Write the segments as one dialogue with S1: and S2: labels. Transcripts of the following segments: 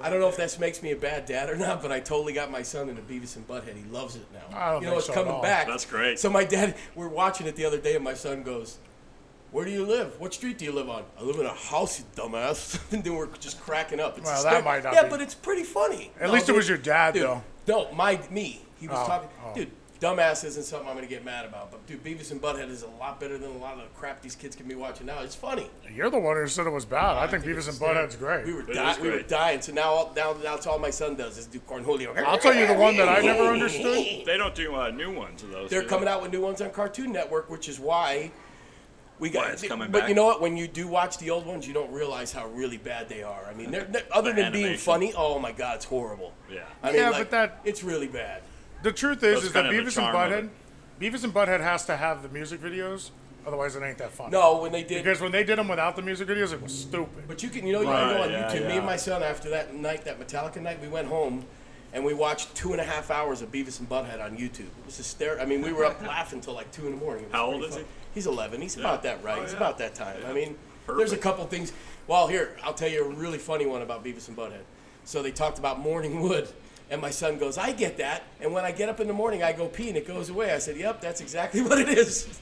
S1: I don't know if that makes me a bad dad or not, but I totally got my son into Beavis and Butthead. He loves it now.
S2: I don't
S1: you know,
S2: think
S1: it's
S2: so at
S1: coming
S2: all.
S1: back.
S3: That's great.
S1: So my dad, we're watching it the other day, and my son goes, "Where do you live? What street do you live on? I live in a house, you dumbass." and then we're just cracking up. It's
S2: Well,
S1: hyster-
S2: that might not
S1: Yeah,
S2: be-
S1: but it's pretty funny.
S2: At least it was your dad,
S1: dude,
S2: though.
S1: No, my me. He was
S2: Oh,
S1: talking,
S2: oh.
S1: dude. Dumbass isn't something I'm gonna get mad about, but dude, Beavis and Butthead is a lot better than a lot of the crap these kids can be watching now. It's funny.
S2: You're the one who said it was bad. I, think Beavis and Butthead's great.
S1: We were,
S3: It
S1: di-
S3: is
S1: we were
S3: great.
S1: dying. So now, all, now, now it's all my son does is do Cornholio.
S2: I'll tell you the one that I never understood.
S3: They don't do uh, new ones of those.
S1: They're
S3: do
S1: coming
S3: they?
S1: out with new ones on Cartoon Network, which is why we got.
S3: Why it's coming
S1: but
S3: back.
S1: you know what? When you do watch the old ones, you don't realize how really bad they are. I mean, they're, they're- other
S3: The
S1: than being
S3: animation.
S1: funny, oh my God, it's horrible.
S3: Yeah.
S1: I mean,
S2: Yeah,
S1: like,
S2: but that-
S1: it's really bad.
S2: The truth is,
S3: That's
S2: is that
S3: kind of the
S2: Beavis and
S3: charm of
S2: Butthead, Beavis and Butthead has to have the music videos, otherwise it ain't that fun.
S1: No, when they did.
S2: because when they did them without the music videos, it was stupid.
S1: But you can, you know, you
S3: Right,
S1: can go on
S3: yeah,
S1: YouTube. Me
S3: yeah.
S1: and my son, after that night, that Metallica night, we went home and we watched two and a half hours of Beavis and Butthead on YouTube. It was hysterical. I mean, we were up laughing till like two in the morning. It was
S3: How
S1: pretty
S3: old is
S1: fun.
S3: he?
S1: He's 11. He's about that right.
S3: Oh,
S1: He's
S3: yeah.
S1: about that time. I mean, there's a
S3: Perfect.
S1: couple things. Well, here, I'll tell you a really funny one about Beavis and Butthead. So they talked about morning wood. And my son goes, I get that. And when I get up in the morning, I go pee and it goes away. I said, Yep, that's exactly what it is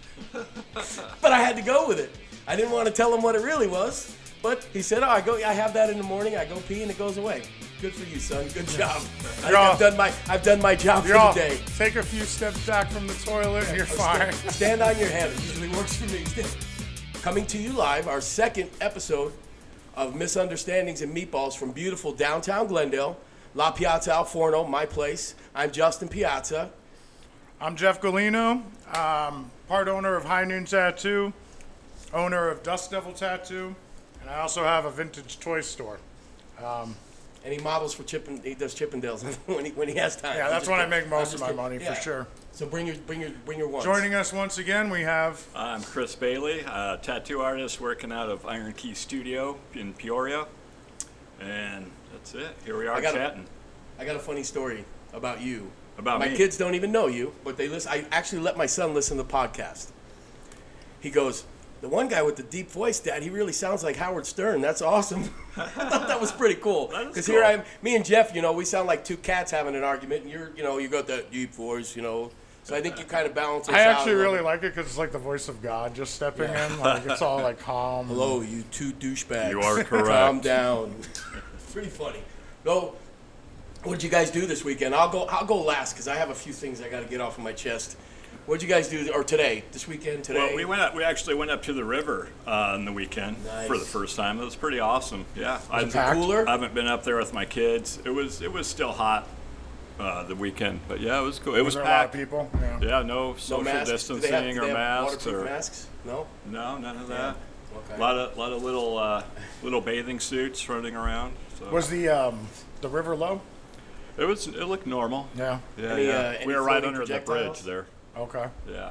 S1: but I had to go with it. I didn't want to tell him what it really was, but he said, "Oh, I go, I have that in the morning. I go pee and it goes away." Good for you, son. Good job. I think
S2: Yeah.
S1: I've done my I've done my job for
S2: Y'all,
S1: the day.
S2: take a few steps back from the toilet and you're fine.
S1: Stand on your head. It usually works for me. Coming to you live, our second episode of Misunderstandings and Meatballs from beautiful downtown Glendale, La Piazza Al Forno, my place. I'm Justin Piazza.
S2: I'm Jeff Galino, um, part owner of High Noon Tattoo, owner of Dust Devil Tattoo, and I also have a vintage toy store.
S1: And he models for Chippen. He does Chippendales when he when he has time.
S2: Yeah,
S1: I'm
S2: that's
S1: just
S2: when I
S1: kidding.
S2: make most
S1: I'm just
S2: of my
S1: kidding.
S2: money, for
S1: Yeah.
S2: sure.
S1: So bring your bring your bring your ones.
S2: Joining us once again, we have
S3: I'm Chris Bailey, uh, tattoo artist working out of Iron Key Studio in Peoria, and that's it. Here we are
S1: I got a-
S3: chatting.
S1: I got a funny story about you.
S3: About
S1: my
S3: me?
S1: kids don't even know you, but they listen. I actually let my son listen to the podcast. He goes, "The one guy with the deep voice, Dad, he really sounds like Howard Stern. That's awesome." I thought that was pretty cool.
S3: That is
S1: here
S3: cool.
S1: I am, me and Jeff. You know, we sound like two cats having an argument, and you're, you know, you got that deep voice, you know. So I think you kind of balance. Us
S2: I
S1: out
S2: actually
S1: a little
S2: really
S1: bit.
S2: like it because it's like the voice of God just stepping in. Like it's all like calm.
S1: Hello, Oh, you two douchebags.
S3: You
S1: Calm
S3: are correct.
S1: down. Pretty funny. No, what did you guys do this weekend? I'll go. I'll go last because I have a few things I got to get off of my chest. What did you guys do? Or today? This weekend? Today?
S3: Well, we went up. We actually went up to the river uh, on the weekend for the
S1: Nice.
S3: first time. It was pretty awesome. Yeah, I,
S1: Was it cooler?
S3: I haven't been up there with my kids. It was it was still hot uh, the weekend, but yeah, it was cool. It was
S2: There are a lot of
S3: packed.
S2: people. Yeah.
S3: Yeah, no social
S1: no masks. Do they
S3: distancing
S1: have- do
S3: or
S1: they have
S3: masks
S1: waterproof
S3: or
S1: masks? No.
S3: no, none of that.
S1: Okay.
S3: A lot of lot of little uh, little bathing suits running around. So
S2: Was the um, the river low?
S3: it was it looked normal.
S2: Yeah.
S3: Yeah,
S1: Any,
S3: yeah.
S1: uh, any
S3: we were right
S1: floating
S3: under the
S1: projectiles?
S3: bridge there.
S2: Okay.
S3: Yeah,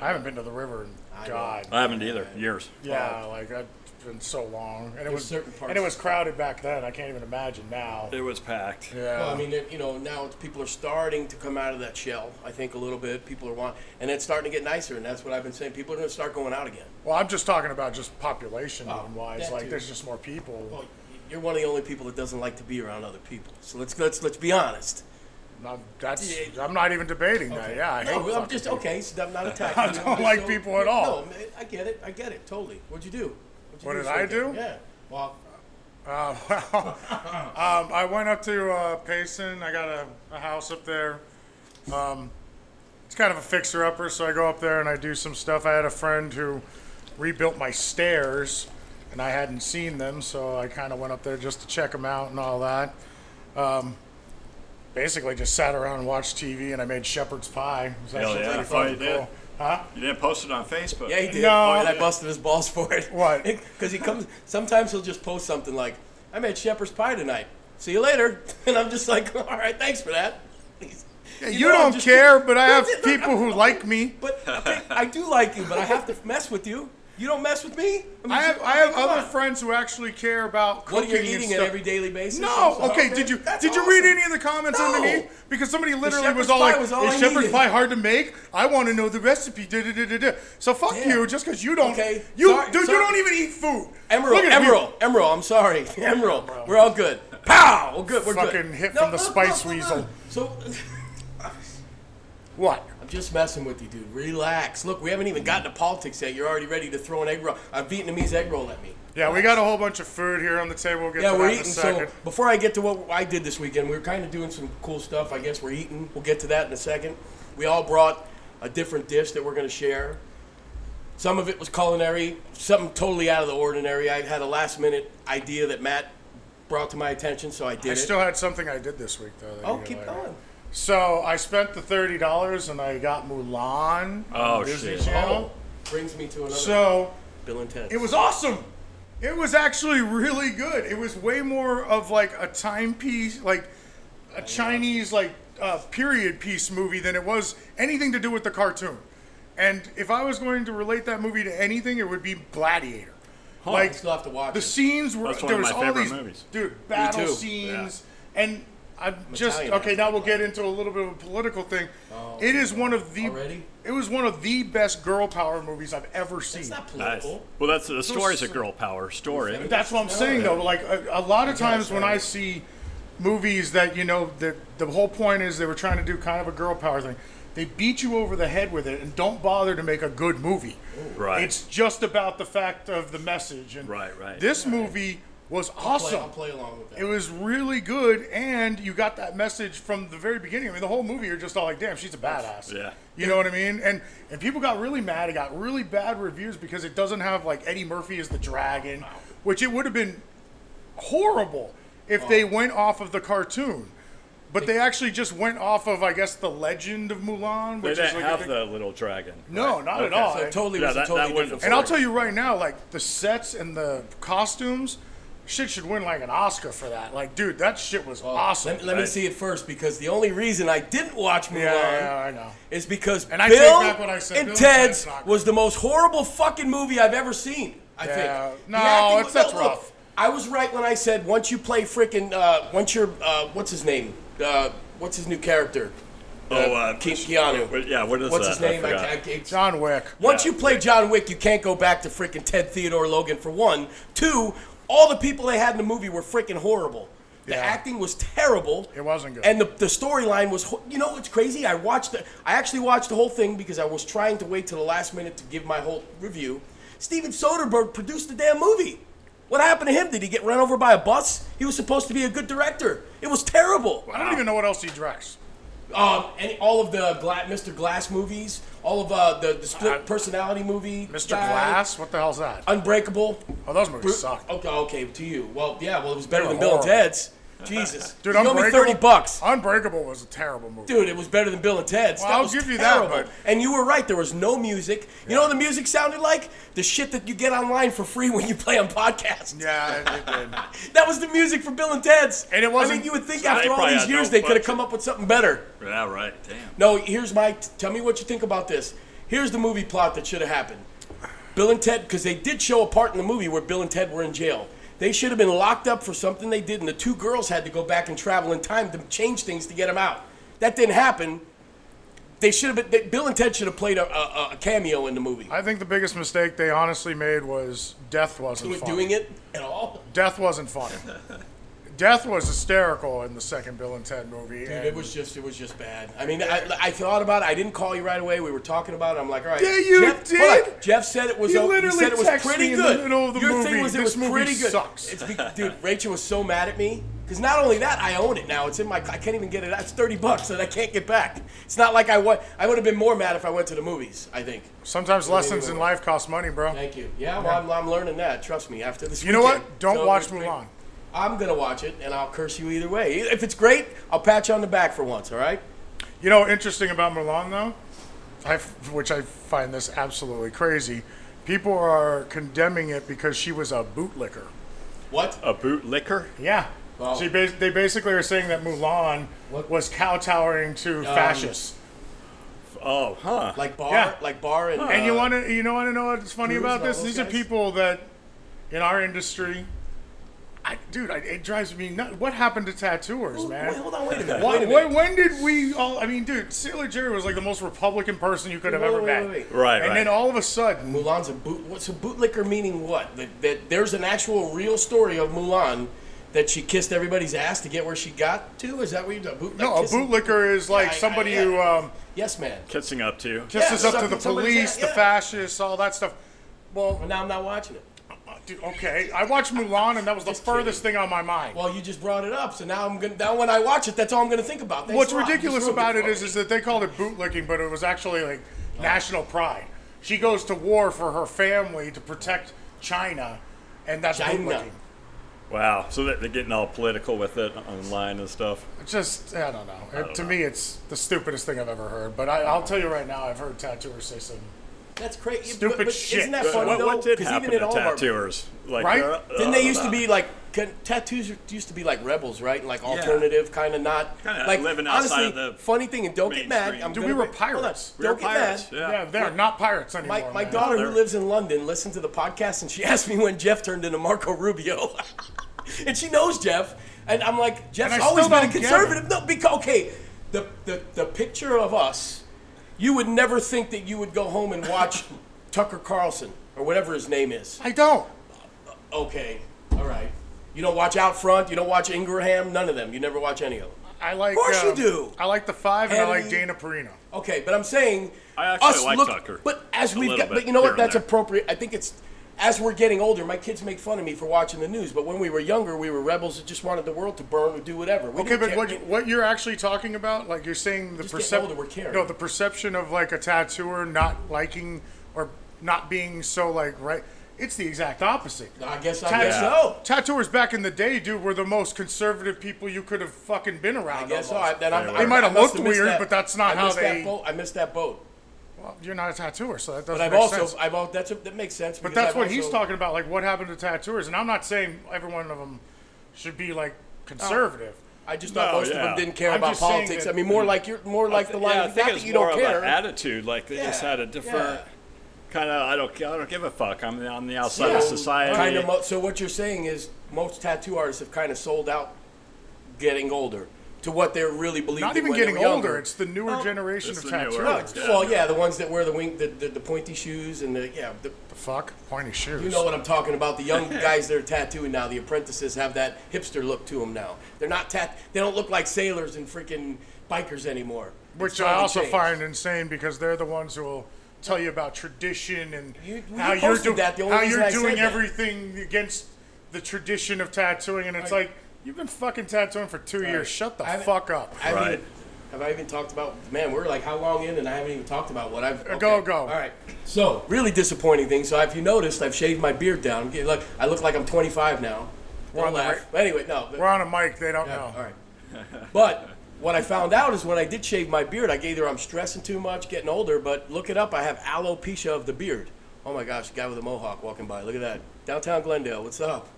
S2: I haven't been to the river in
S1: I
S2: God.
S3: I haven't either. Years.
S2: Yeah,
S1: uh,
S2: like I've been so long, and it was
S1: certain parts-
S2: and it was crowded back then. I can't even imagine now.
S3: It was packed.
S2: Yeah.
S1: Well, I mean, it- you know, now it's- people are starting to come out of that shell. I think a little bit. People are want, and it's starting to get nicer. And that's what I've been saying. People are going to start going out again.
S2: Well, I'm just talking about just population
S1: Oh,
S2: wise.
S1: that
S2: Like,
S1: too.
S2: there's just more people.
S1: Well, you're one of the only people that doesn't like to be around other people. So let's let's let's be honest.
S2: I'm, that's
S1: Yeah.
S2: I'm not even debating that. Yeah, I
S1: no,
S2: hate.
S1: well, I'm
S2: fucking
S1: just
S2: people.
S1: okay. So I'm not attacking. you.
S2: don't
S1: I'm just
S2: like
S1: so-
S2: people at
S1: yeah,
S2: all.
S1: No, man, I get it. I get it totally. What'd you do? What'd you
S2: What did
S1: this
S2: I
S1: weekend?
S2: do?
S1: Yeah. Well,
S2: Uh, well, um, I went up to uh, Payson. I got a, a house up there. Um, it's kind of a fixer upper, so I go up there and I do some stuff. I had a friend who rebuilt my stairs, and I hadn't seen them, so I kind of went up there just to check them out and all that. Um, basically, just sat around and watched TV, and I made shepherd's pie. It was
S3: Hell
S2: actually
S3: yeah.
S2: pretty
S3: Oh, you
S2: fucking
S3: did?
S2: cool. Huh?
S3: You didn't post it on Facebook.
S1: yeah, he did.
S2: No.
S1: Oh, and I busted his balls for it.
S2: What?
S1: Because he comes. Sometimes he'll just post something like, "I made shepherd's pie tonight. See you later." And I'm just like, "All right, thanks for that." He's-
S2: You,
S1: know, I'm
S2: don't
S1: just-
S2: care, but I have people who like me.
S1: But okay, I do like you, but I have to mess with you. You don't mess with me. mean,
S2: I have
S1: you-
S2: I have
S1: come
S2: other
S1: on.
S2: friends who actually care about
S1: What
S2: cooking
S1: are you
S2: and
S1: eating at
S2: stuff.
S1: every daily basis?
S2: No,
S1: So-
S2: okay. Did you
S1: That's
S2: did you read
S1: awesome.
S2: any of the comments
S1: No.
S2: underneath? Because somebody literally was
S1: shepherd's
S2: all
S1: pie
S2: like,
S1: was all
S2: "Is
S1: I
S2: shepherd's
S1: needed."
S2: pie hard to make? I want to know the recipe." Da, da, da, da, da. So fuck
S1: Yeah.
S2: you, just because you don't.
S1: Okay,
S2: You
S1: sorry-
S2: dude,
S1: sorry.
S2: you don't even eat food.
S1: Emerald,
S2: Look at me.
S1: Emerald, Emerald. I'm sorry, Emerald. We're all good. Pow! Well, good. We're
S2: Fucking
S1: good.
S2: hit from the spice weasel.
S1: So
S2: What?
S1: I'm just messing with you, dude. Relax. Look, we haven't even gotten to politics yet. You're already ready to throw an egg roll, a Vietnamese egg roll at me.
S2: Yeah, we got a whole bunch of food here on the table. We'll get
S1: Yeah,
S2: to
S1: we're
S2: that in
S1: eating.
S2: a
S1: So
S2: second.
S1: before I get to what I did this weekend, we were kind of doing some cool stuff. I guess we're eating. We'll get to that in a second. We all brought a different dish that we're going to share. Some of it was culinary, something totally out of the ordinary. I had a last minute idea that Matt brought to my attention, so I did
S2: I
S1: it.
S2: still had something I did this week though. that
S1: oh,
S2: you
S1: keep
S2: like.
S1: going.
S2: So I spent the thirty dollars and I got Mulan.
S3: Oh,
S2: on Disney
S3: shit. Oh.
S2: Channel.
S1: Oh, Brings me to another
S2: So
S1: Bill and Ted.
S2: it was awesome. It was actually really good. It was way more of like a timepiece, like a Chinese like uh, period piece movie than it was anything to do with the cartoon. And if I was going to relate that movie to anything, it would be Gladiator.
S1: I Oh, still have to watch
S2: The
S1: it.
S2: scenes were
S3: That's one
S2: there
S3: of
S2: was
S3: my
S2: all
S3: favorite
S2: these
S3: movies.
S2: dude battle
S1: too.
S2: scenes and I'm just
S1: Italian,
S2: okay.
S1: I
S2: Now we'll get into a little bit of a political thing. it is one of the
S1: Oh, Already?
S2: it was one of the best girl power movies I've ever seen.
S1: It's not
S3: Nice.
S1: political.
S3: Well, that's the story's a girl power story.
S2: That's what I'm saying though. Like a, a lot of times when I see movies that you know the the whole point is they were trying to do kind of a girl power thing. They beat you over the head with it and don't bother to make a good movie.
S3: Right.
S2: It's just about the fact of the message. And
S3: Right, right.
S2: This movie was
S1: Play-
S2: awesome.
S1: I'll play along with that.
S2: It was really good, and you got that message from the very beginning. I mean, the whole movie, you're just all like, "Damn, she's a badass."
S3: Yeah.
S2: You know what I mean? And and people got really mad. It got really bad reviews because it doesn't have like Eddie Murphy as the dragon, which it would have been horrible if they went off of the cartoon. But they actually just went off of, I guess, the legend of Mulan,
S3: They
S2: which is
S3: didn't
S2: like a
S3: have
S2: thing-
S3: the little dragon.
S2: no,
S3: right?
S2: not at
S3: Okay.
S2: all.
S1: so totally
S3: Yeah,
S1: was
S3: that-
S1: a totally
S3: that wouldn't
S1: different.
S2: And I'll tell you right now, like the sets and the costumes, shit should win like an Oscar for that. Like, dude, that shit was awesome.
S1: Let, let me
S3: Right.
S1: see it first because the only reason I didn't watch Mulan
S2: yeah, yeah, I know.
S1: is because
S2: And I
S1: Bill
S2: take back what I said.
S1: and
S2: Bill and
S1: Ted's
S2: Ted's not good.
S1: was the most horrible fucking movie I've ever seen. I
S2: Yeah.
S1: think. The
S2: No,
S1: acting
S2: it's-
S1: was- oh,
S2: that's
S1: look,
S2: rough.
S1: I was right when I said once you play freaking uh, once you're uh, what's his name uh, what's his new character
S3: Oh, uh,
S1: Ke-
S3: which-
S1: Keanu.
S3: what- yeah, what is
S1: what's
S3: that?
S1: his name
S3: I
S1: I,
S3: forgot.
S1: can't- I, can't-
S2: John Wick.
S1: once you play John Wick, you can't go back to freaking Ted Theodore Logan for one. Two, all the people they had in the movie were freaking horrible. The
S2: Yeah.
S1: acting was terrible.
S2: It wasn't good.
S1: And the, the storyline was, ho- you know what's crazy? I watched the, I actually watched the whole thing because I was trying to wait till the last minute to give my whole review. Steven Soderbergh produced the damn movie. What happened to him? Did he get run over by a bus? He was supposed to be a good director. It was terrible.
S2: I don't even know what else he directs.
S1: Um, and all of the Gla- Mr. Glass movies, all of uh, the, the split personality movie.
S2: Mr.
S1: guy.
S2: Glass? What the hell's that?
S1: Unbreakable.
S2: Oh, those movies
S1: Bru-
S2: suck.
S1: Okay, okay, to you. Well, yeah, well, it was better
S2: They were
S1: than Bill and
S2: horrible.
S1: Ted's. Jesus,
S2: Dude,
S1: you owe
S2: Unbreakable.
S1: me thirty bucks.
S2: Unbreakable was a terrible movie.
S1: Dude, it was better than Bill and Ted's.
S2: Well,
S1: That
S2: I'll
S1: was
S2: give you that,
S1: terrible.
S2: but-
S1: and you were right. There was no music. You know what the music sounded like? The shit that you get online for free when you play on podcasts.
S2: Yeah, it, it did.
S1: That was the music for Bill and Ted's.
S2: And it
S1: I
S2: wasn't-
S1: mean, you would think
S3: So they
S1: after all
S3: probably
S1: these
S3: had
S1: years
S3: no
S1: they could have
S3: budget.
S1: come up with something better.
S3: Yeah, right. Damn.
S1: No, here's my. tell me what you think about this. Here's the movie plot that should have happened. Bill and Ted, because they did show a part in the movie where Bill and Ted were in jail. They should have been locked up for something they did, and the two girls had to go back and travel in time to change things to get them out. That didn't happen. They should have been. They, Bill and Ted should have played a, a, a cameo in the movie.
S2: I think the biggest mistake they honestly made was death wasn't
S1: Was
S2: funny.
S1: doing it at all?
S2: Death wasn't funny. death was hysterical in the second Bill and Ted movie.
S1: Dude,
S2: and-
S1: it was just. It was just bad. I mean, I, I thought about it. I didn't call you right away. We were talking about it. I'm like, all right.
S2: Yeah, you
S1: Jeff, hold on.
S2: did.
S1: Jeff said it was.
S2: You
S1: o-
S2: literally
S1: said it was
S2: texted
S1: pretty
S2: me in the
S1: good.
S2: middle of the
S1: Your
S2: movie,
S1: thing was it
S2: "This
S1: was
S2: movie
S1: pretty good.
S2: sucks.
S1: It's be- dude, Rachel was so mad at me because not only that, I own it now. It's in my. I can't even get it. out. It's thirty bucks that I can't get back. It's not like I wa- I would have been more mad if I went to the movies. I think.
S2: Sometimes lessons in life cost money, bro.
S1: Thank you. Yeah, well, I'm, I'm learning that. Trust me. After this,
S2: You know
S1: weekend.
S2: what? Don't
S1: So
S2: watch
S1: it's great.
S2: Mulan.
S1: I'm gonna watch it, and I'll curse you either way. If it's great, I'll pat you on the back for once. All right.
S2: You know, interesting about Mulan though, I f which I find this absolutely crazy. People are condemning it because she was a bootlicker.
S1: What?
S3: A bootlicker?
S2: Yeah.
S1: Wow.
S2: She bas- they basically are saying that Mulan
S1: What? Um,
S2: was kowtowing to fascists.
S3: Oh, huh.
S1: Like bar,
S2: Yeah.
S1: like bar, and,
S2: And
S1: uh,
S2: you want to you know want to know what's funny
S1: Cruz
S2: about
S1: and all
S2: this?
S1: those
S2: These are
S1: guys?
S2: people that in our industry, I, dude, I, it drives me nuts. What happened to tattooers, man?
S1: Wait, hold on, wait a minute.
S2: Why,
S1: wait a
S2: when,
S1: minute.
S2: when did we all? I mean, dude, Sailor Jerry was like the most Republican person you could have
S1: Wait,
S2: ever
S1: wait,
S2: met.
S1: wait, wait.
S3: Right,
S2: And
S3: right.
S2: then all of a sudden,
S1: Mulan's a boot. What's a bootlicker meaning? What that, that there's an actual real story of Mulan that she kissed everybody's ass to get where she got to? Is that what you do? Boot,
S2: No,
S1: like
S2: a
S1: kissing-
S2: bootlicker is like
S1: I- I-
S2: somebody
S1: yeah.
S2: who um,
S1: Yes, man.
S3: Kissing up to.
S2: kisses
S1: Yeah,
S2: up to
S1: sucking
S2: the
S1: somebody's
S2: police,
S1: ass,
S2: the
S1: yeah.
S2: fascists, all that stuff.
S1: But
S2: Well,
S1: now I'm not watching it.
S2: dude, okay. I watched Mulan, and that was the furthest thing on my mind.
S1: Well, you just brought it up, so now I'm gonna. Now when I watch it, that's all I'm gonna think about. Thanks
S2: What's
S1: a lot. You just
S2: ridiculous
S1: ruined
S2: about it
S1: for
S2: is,
S1: me.
S2: is that they called it bootlicking, but it was actually like
S1: Oh.
S2: national pride. She goes to war for her family to protect China, and that's
S1: China.
S2: bootlicking.
S3: Wow. So that they're getting all political with it online and stuff.
S2: It's just I don't know. It- to me, it's the stupidest thing I've ever heard. But I, I'll tell you right now, I've heard tattooers say some
S1: that's crazy.
S2: Stupid
S1: but, but
S2: shit.
S1: Isn't that
S2: But
S1: funny
S3: What,
S1: though?
S3: what did
S1: 'Cause
S3: happen
S1: even in
S3: to
S1: all of our-
S3: tattooers? Like, uh,
S2: Right?
S3: they're-
S1: Didn't
S3: I
S1: they
S3: don't
S1: used to
S3: know.
S1: be like con- tattoos used to be like rebels, right? And like alternative, kind of not
S3: Kinda
S1: like
S3: living outside
S1: honestly.
S3: of the
S1: funny thing, and don't get mad.
S3: mainstream.
S1: I'm
S3: Dude,
S2: we
S1: gonna-
S2: were
S1: hold on,
S2: pirates.
S3: We were
S1: don't get
S3: pirates,
S1: mad.
S3: yeah.
S2: Yeah, they're not pirates anymore.
S1: My, my
S2: man.
S1: daughter who
S3: They're-
S1: lives in London listened to the podcast and she asked me when Jeff turned into Marco Rubio, and she knows Jeff, and I'm like Jeff's
S2: And I
S1: always
S2: still
S1: been a
S2: don't get it.
S1: conservative. No, because okay, the, the the picture of us, you would never think that you would go home and watch Tucker Carlson or whatever his name is.
S2: I don't.
S1: Okay, all right. You don't watch Out Front. You don't watch Ingraham. None of them. You never watch any of them.
S2: I like.
S1: Of course you
S2: um,
S1: do.
S2: I like the five, and I like
S1: Hannity.
S2: Dana Perino.
S1: Okay, but I'm saying
S3: I actually
S1: us
S3: like
S1: look,
S3: Tucker.
S1: But as
S3: A
S1: we've
S3: little
S1: got,
S3: bit
S1: but you know what?
S3: here and
S1: That's
S3: there.
S1: appropriate. I think it's as we're getting older. My kids make fun of me for watching the news, but when we were younger, we were rebels that just wanted the world to burn or do whatever. We
S2: Okay,
S1: didn't
S2: but
S1: care.
S2: what you- what you're actually talking about, like you're saying the
S1: Just getting older, we're
S2: perception.
S1: caring.
S2: No, the perception of like a tattooer not liking or not being so like right. It's the exact opposite.
S1: I guess I
S2: Tat-
S1: guess so.
S2: Tattooers back in the day, dude, were the most conservative people you could have fucking been around.
S1: I guess so.
S2: almost.
S1: I, then I'm,
S3: They
S1: I-
S3: were. They
S2: might
S1: I
S2: have
S1: must
S2: looked
S1: missed
S2: weird,
S1: that.
S2: but that's not
S1: I
S2: how
S1: missed
S2: they-
S1: That boat. I missed that boat.
S2: Well, you're not a tattooer, so that doesn't.
S1: But I've
S2: make
S1: also,
S2: sense.
S1: I've all that's a, that makes sense.
S2: But that's what he's talking about, like what happened to tattooers. And I'm not saying every one of them should be
S1: Oh.
S2: like conservative.
S1: I just thought
S3: No,
S1: most of
S3: yeah.
S1: them didn't care
S2: I'm
S1: about
S2: just saying
S1: politics.
S2: that-
S1: I mean, more like you're more like the line.
S3: yeah, I
S1: of
S3: think
S1: not
S3: it's
S1: that you
S3: more
S1: don't
S3: of
S1: care.
S3: an attitude. Like they just
S1: Yeah,
S3: had a different kind of. I don't. I don't give a fuck. I'm on the outside
S1: Yeah.
S3: of society.
S1: Kind of. Mo- so what you're saying is most tattoo artists have kind of sold out, getting older, to what they really believed.
S2: Not
S1: in
S2: even
S1: when they
S2: getting
S1: were younger.
S2: older. It's the newer
S1: Oh.
S2: generation
S3: It's
S2: of
S3: the newer.
S2: tattooers.
S1: No, it's-
S3: Yeah.
S1: Well, yeah, the ones that wear the wing, the, the, the pointy shoes, and the yeah, the,
S2: The fuck? Pointy shoes.
S1: you know what I'm talking about. The young guys that are tattooing now, the apprentices have that hipster look to them now. They're not tat. They don't look like sailors and freaking bikers anymore. It's
S2: Which I
S1: totally
S2: also
S1: changed.
S2: find insane because they're the ones who will tell you about tradition and
S1: You- when
S2: how
S1: you
S2: are
S1: posted
S2: doing
S1: that, the only
S2: how
S1: reason
S2: you're
S1: I said
S2: doing
S1: that-
S2: everything against the tradition of tattooing, and it's
S1: Right.
S2: like you've been fucking tattooing for two years. Shut the
S1: I haven't-
S2: fuck up.
S1: I haven't
S3: Right.
S1: even- have I even talked about? Man, we're like how long in, and I haven't even talked about what I've.
S2: go, go.
S1: All right. So really disappointing thing. So if you noticed, I've shaved my beard down. I'm getting- Look, I look like I'm 25 now.
S2: on
S1: Don't
S2: the
S1: laugh.
S2: right-
S1: But anyway, no. but-
S2: We're on a mic. They don't
S1: yeah,
S2: know.
S1: All right. But what I found out is when I did shave my beard, I either I'm stressing too much, getting older, but look it up. I have alopecia of the beard. Oh my gosh, guy with a mohawk walking by. Look at that. Downtown Glendale, what's up?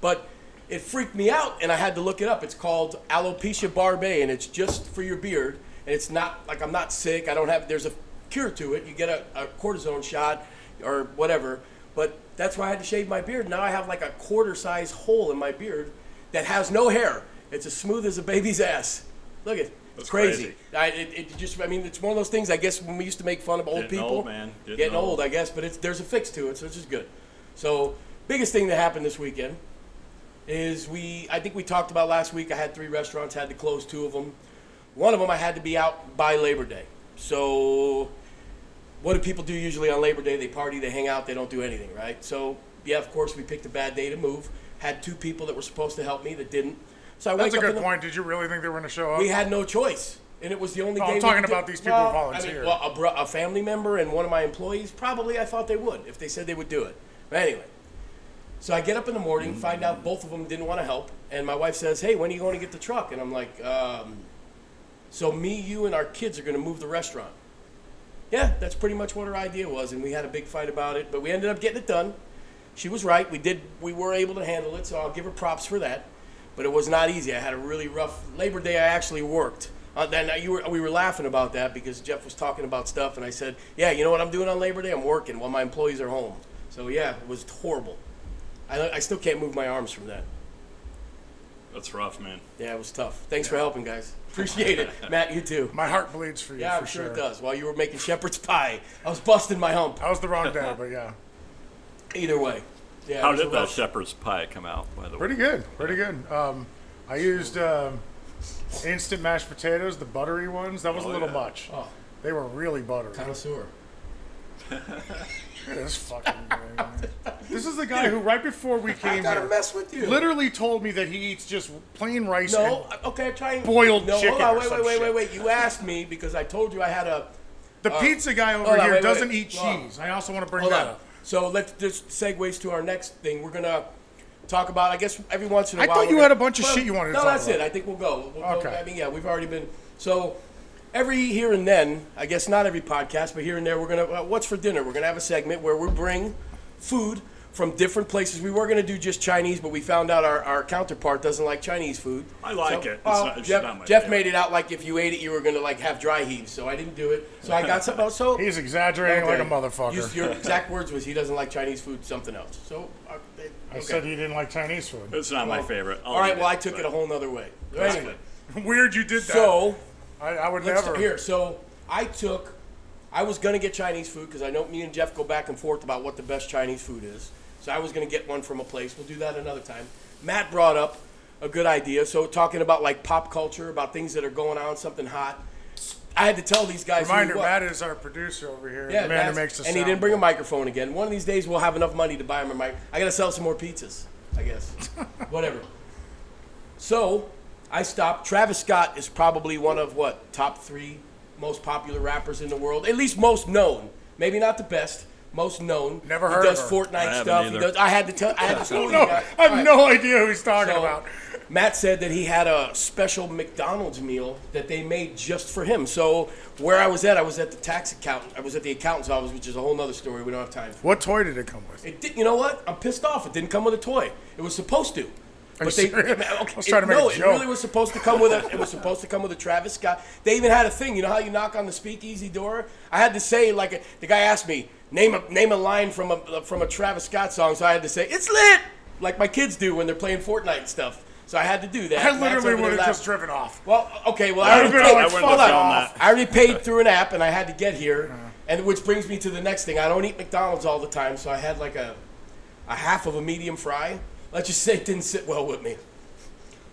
S1: But it freaked me out, and I had to look it up. It's called alopecia barbae, and it's just for your beard. And it's not like I'm not sick. I don't have. There's a cure to it. You get a, a cortisone shot or whatever. But that's why I had to shave my beard. Now I have like a quarter size hole in my beard that has no hair. It's as smooth as a baby's ass. Look at it's
S3: That's
S1: crazy.
S3: crazy.
S1: I, it, it just I mean it's one of those things I guess when we used to make fun of old
S3: Getting
S1: people.
S3: old, man. Getting
S1: Getting old.
S3: old.
S1: I guess, but it's there's a fix to it, so it's just good. So biggest thing that happened this weekend is we I think we talked about last week. I had three restaurants, had to close two of them. One of them I had to be out by Labor Day. So what do people do usually on Labor Day? They party, they hang out, they don't do anything, right? So, yeah, of course, we picked a bad day to move. Had two people that were supposed to help me that didn't. So I wake
S2: That's a
S1: up in
S2: good
S1: the-
S2: point. Did you really think they were going to show up?
S1: We had no choice, and it was the only day.
S2: No, Oh, I'm
S1: we
S2: talking
S1: could do-
S2: about these people
S1: Well,
S2: who
S1: I
S2: volunteered.
S1: mean, well, a, bro- a family member and one of my employees. Probably, I thought they would if they said they would do it. But anyway, so I get up in the morning, find out both of them didn't want to help, and my wife says, "Hey, when are you going to get the truck?" And I'm like, um, "So me, you, and our kids are going to move the restaurant." Yeah, that's pretty much what her idea was, and we had a big fight about it, but we ended up getting it done. She was right. We did. We were able to handle it, so I'll give her props for that. But it was not easy. I had a really rough Labor Day. I actually worked. Uh, then uh, you were, we were laughing about that because Jeff was talking about stuff, and I said, "Yeah, you know what I'm doing on Labor Day? I'm working while my employees are home." So yeah, it was horrible. I, I still can't move my arms from that.
S3: That's rough, man.
S1: Yeah, it was tough. Thanks for helping, guys. Appreciate it, Matt. You too.
S2: My heart bleeds for you.
S1: Yeah,
S2: for
S1: I'm sure it does. While you were making shepherd's pie, I was busting my hump.
S2: That was the wrong day, but yeah.
S1: Either way, Yeah, it
S3: How
S1: was a
S3: did that
S1: rough-
S3: shepherd's pie come out, by the way?
S2: Pretty good. Pretty good. Um, I used um instant mashed potatoes, the buttery ones. That was
S3: Oh,
S2: a little
S3: yeah.
S2: much.
S1: Oh,
S2: They were really buttery.
S1: connoisseur.
S2: Look at this fucking thing, man. This is the guy who, right before we came
S1: Gotta
S2: here,
S1: mess with you.
S2: literally told me that he eats just plain rice.
S1: No,
S2: and-
S1: okay, I'm trying.
S2: Boiled
S1: no,
S2: chicken
S1: Hold on,
S2: or
S1: wait,
S2: some
S1: wait, wait,
S2: shit.
S1: wait, wait. You asked me because I told you I had a.
S2: the pizza guy over
S1: Uh, hold on,
S2: here
S1: wait, wait,
S2: doesn't
S1: wait.
S2: eat
S1: Hold on.
S2: cheese. I also want to bring
S1: Hold
S2: that
S1: on.
S2: up.
S1: So let's just segues to our next thing. We're gonna talk about. I guess every once in a
S2: I
S1: while.
S2: thought
S1: we're
S2: you
S1: gonna-
S2: had a bunch of shit you wanted to
S1: no,
S2: talk
S1: that's
S2: about.
S1: it. I think we'll go. We'll Go,
S2: Okay.
S1: I mean, yeah, we've already been. So every here and then, I guess not every podcast, but here and there, we're gonna. Uh, what's for dinner? We're gonna have a segment where we bring food from different places. We were gonna do just Chinese, but we found out our, our counterpart doesn't like Chinese food.
S3: I like it. It's
S1: well,
S3: not- it's
S1: Jeff,
S3: not my
S1: Jeff
S3: favorite.
S1: made it out like if you ate it, you were gonna like have dry heaves. So I didn't do it. So I got some. oh, So
S2: He's exaggerating like a
S1: Okay.
S2: motherfucker.
S1: You- your exact words was he doesn't like Chinese food, something else. So uh, they-
S2: I
S1: okay.
S2: said he didn't like Chinese food.
S3: It's not my
S1: Well,
S3: favorite. I'll
S1: Oh. All right,
S3: eat
S1: well I took it a
S3: but-
S1: whole nother way.
S3: That's
S1: Anyway,
S3: good.
S2: Weird you did that.
S1: so
S2: I, I would
S1: let's
S2: never.
S1: here. So I took. I was gonna get Chinese food because I know me and Jeff go back and forth about what the best Chinese food is. So I was gonna get one from a place. We'll do that another time. Matt brought up a good idea. So talking about like pop culture, about things that are going on, something hot. I had to tell these guys. who
S2: Reminder,
S1: what-
S2: Matt is our producer over here.
S1: Yeah,
S2: the man who
S1: that's-
S2: makes the
S1: and
S2: sound.
S1: he didn't bring a microphone again. One of these days we'll have enough money to buy him a mic. I gotta sell some more pizzas, I guess. Whatever. So I stopped. Travis Scott is probably one of what top three most popular rappers in the world, at least most known. Maybe not the best, most known.
S2: Never
S1: he
S2: heard
S1: does
S2: of her.
S3: I
S1: Fortnite
S3: haven't
S1: stuff. He
S3: either.
S1: does. I had to tell. I had to tell you
S2: No, I
S1: guys.
S2: have
S1: All right.
S2: no idea who he's talking
S1: So,
S2: about.
S1: Matt said that he had a special McDonald's meal that they made just for him. So where I was at, I was at the tax accountant. I was at the accountant's office, which is a whole nother story. We don't have time for.
S2: What toy did it come with?
S1: It did, you know what? I'm pissed off. It didn't come with a toy. It was supposed to. But
S2: you serious?
S1: man,
S2: I was trying to make
S1: no,
S2: a
S1: it really
S2: joke.
S1: was supposed to come with a. It was supposed to come with a Travis Scott. They even had a thing. You know how you knock on the speakeasy door? I had to say like a, the guy asked me name a name a line from a from a Travis Scott song, so I had to say it's lit, like my kids do when they're playing Fortnite and stuff. So I had to do that.
S2: I
S1: Matt's over
S2: literally
S1: there
S2: would have
S1: laugh-
S2: just driven off.
S1: Well, okay. Well,
S2: I
S1: I
S2: would've
S1: already paid.
S2: been like,
S3: I wouldn't
S1: hold
S3: have
S1: on.
S3: done that.
S1: I already paid through an app, and I had to get here, and which brings me to the next thing. I don't eat McDonald's all the time, so I had like a a half of a medium fry. Let's just say it didn't sit well with me.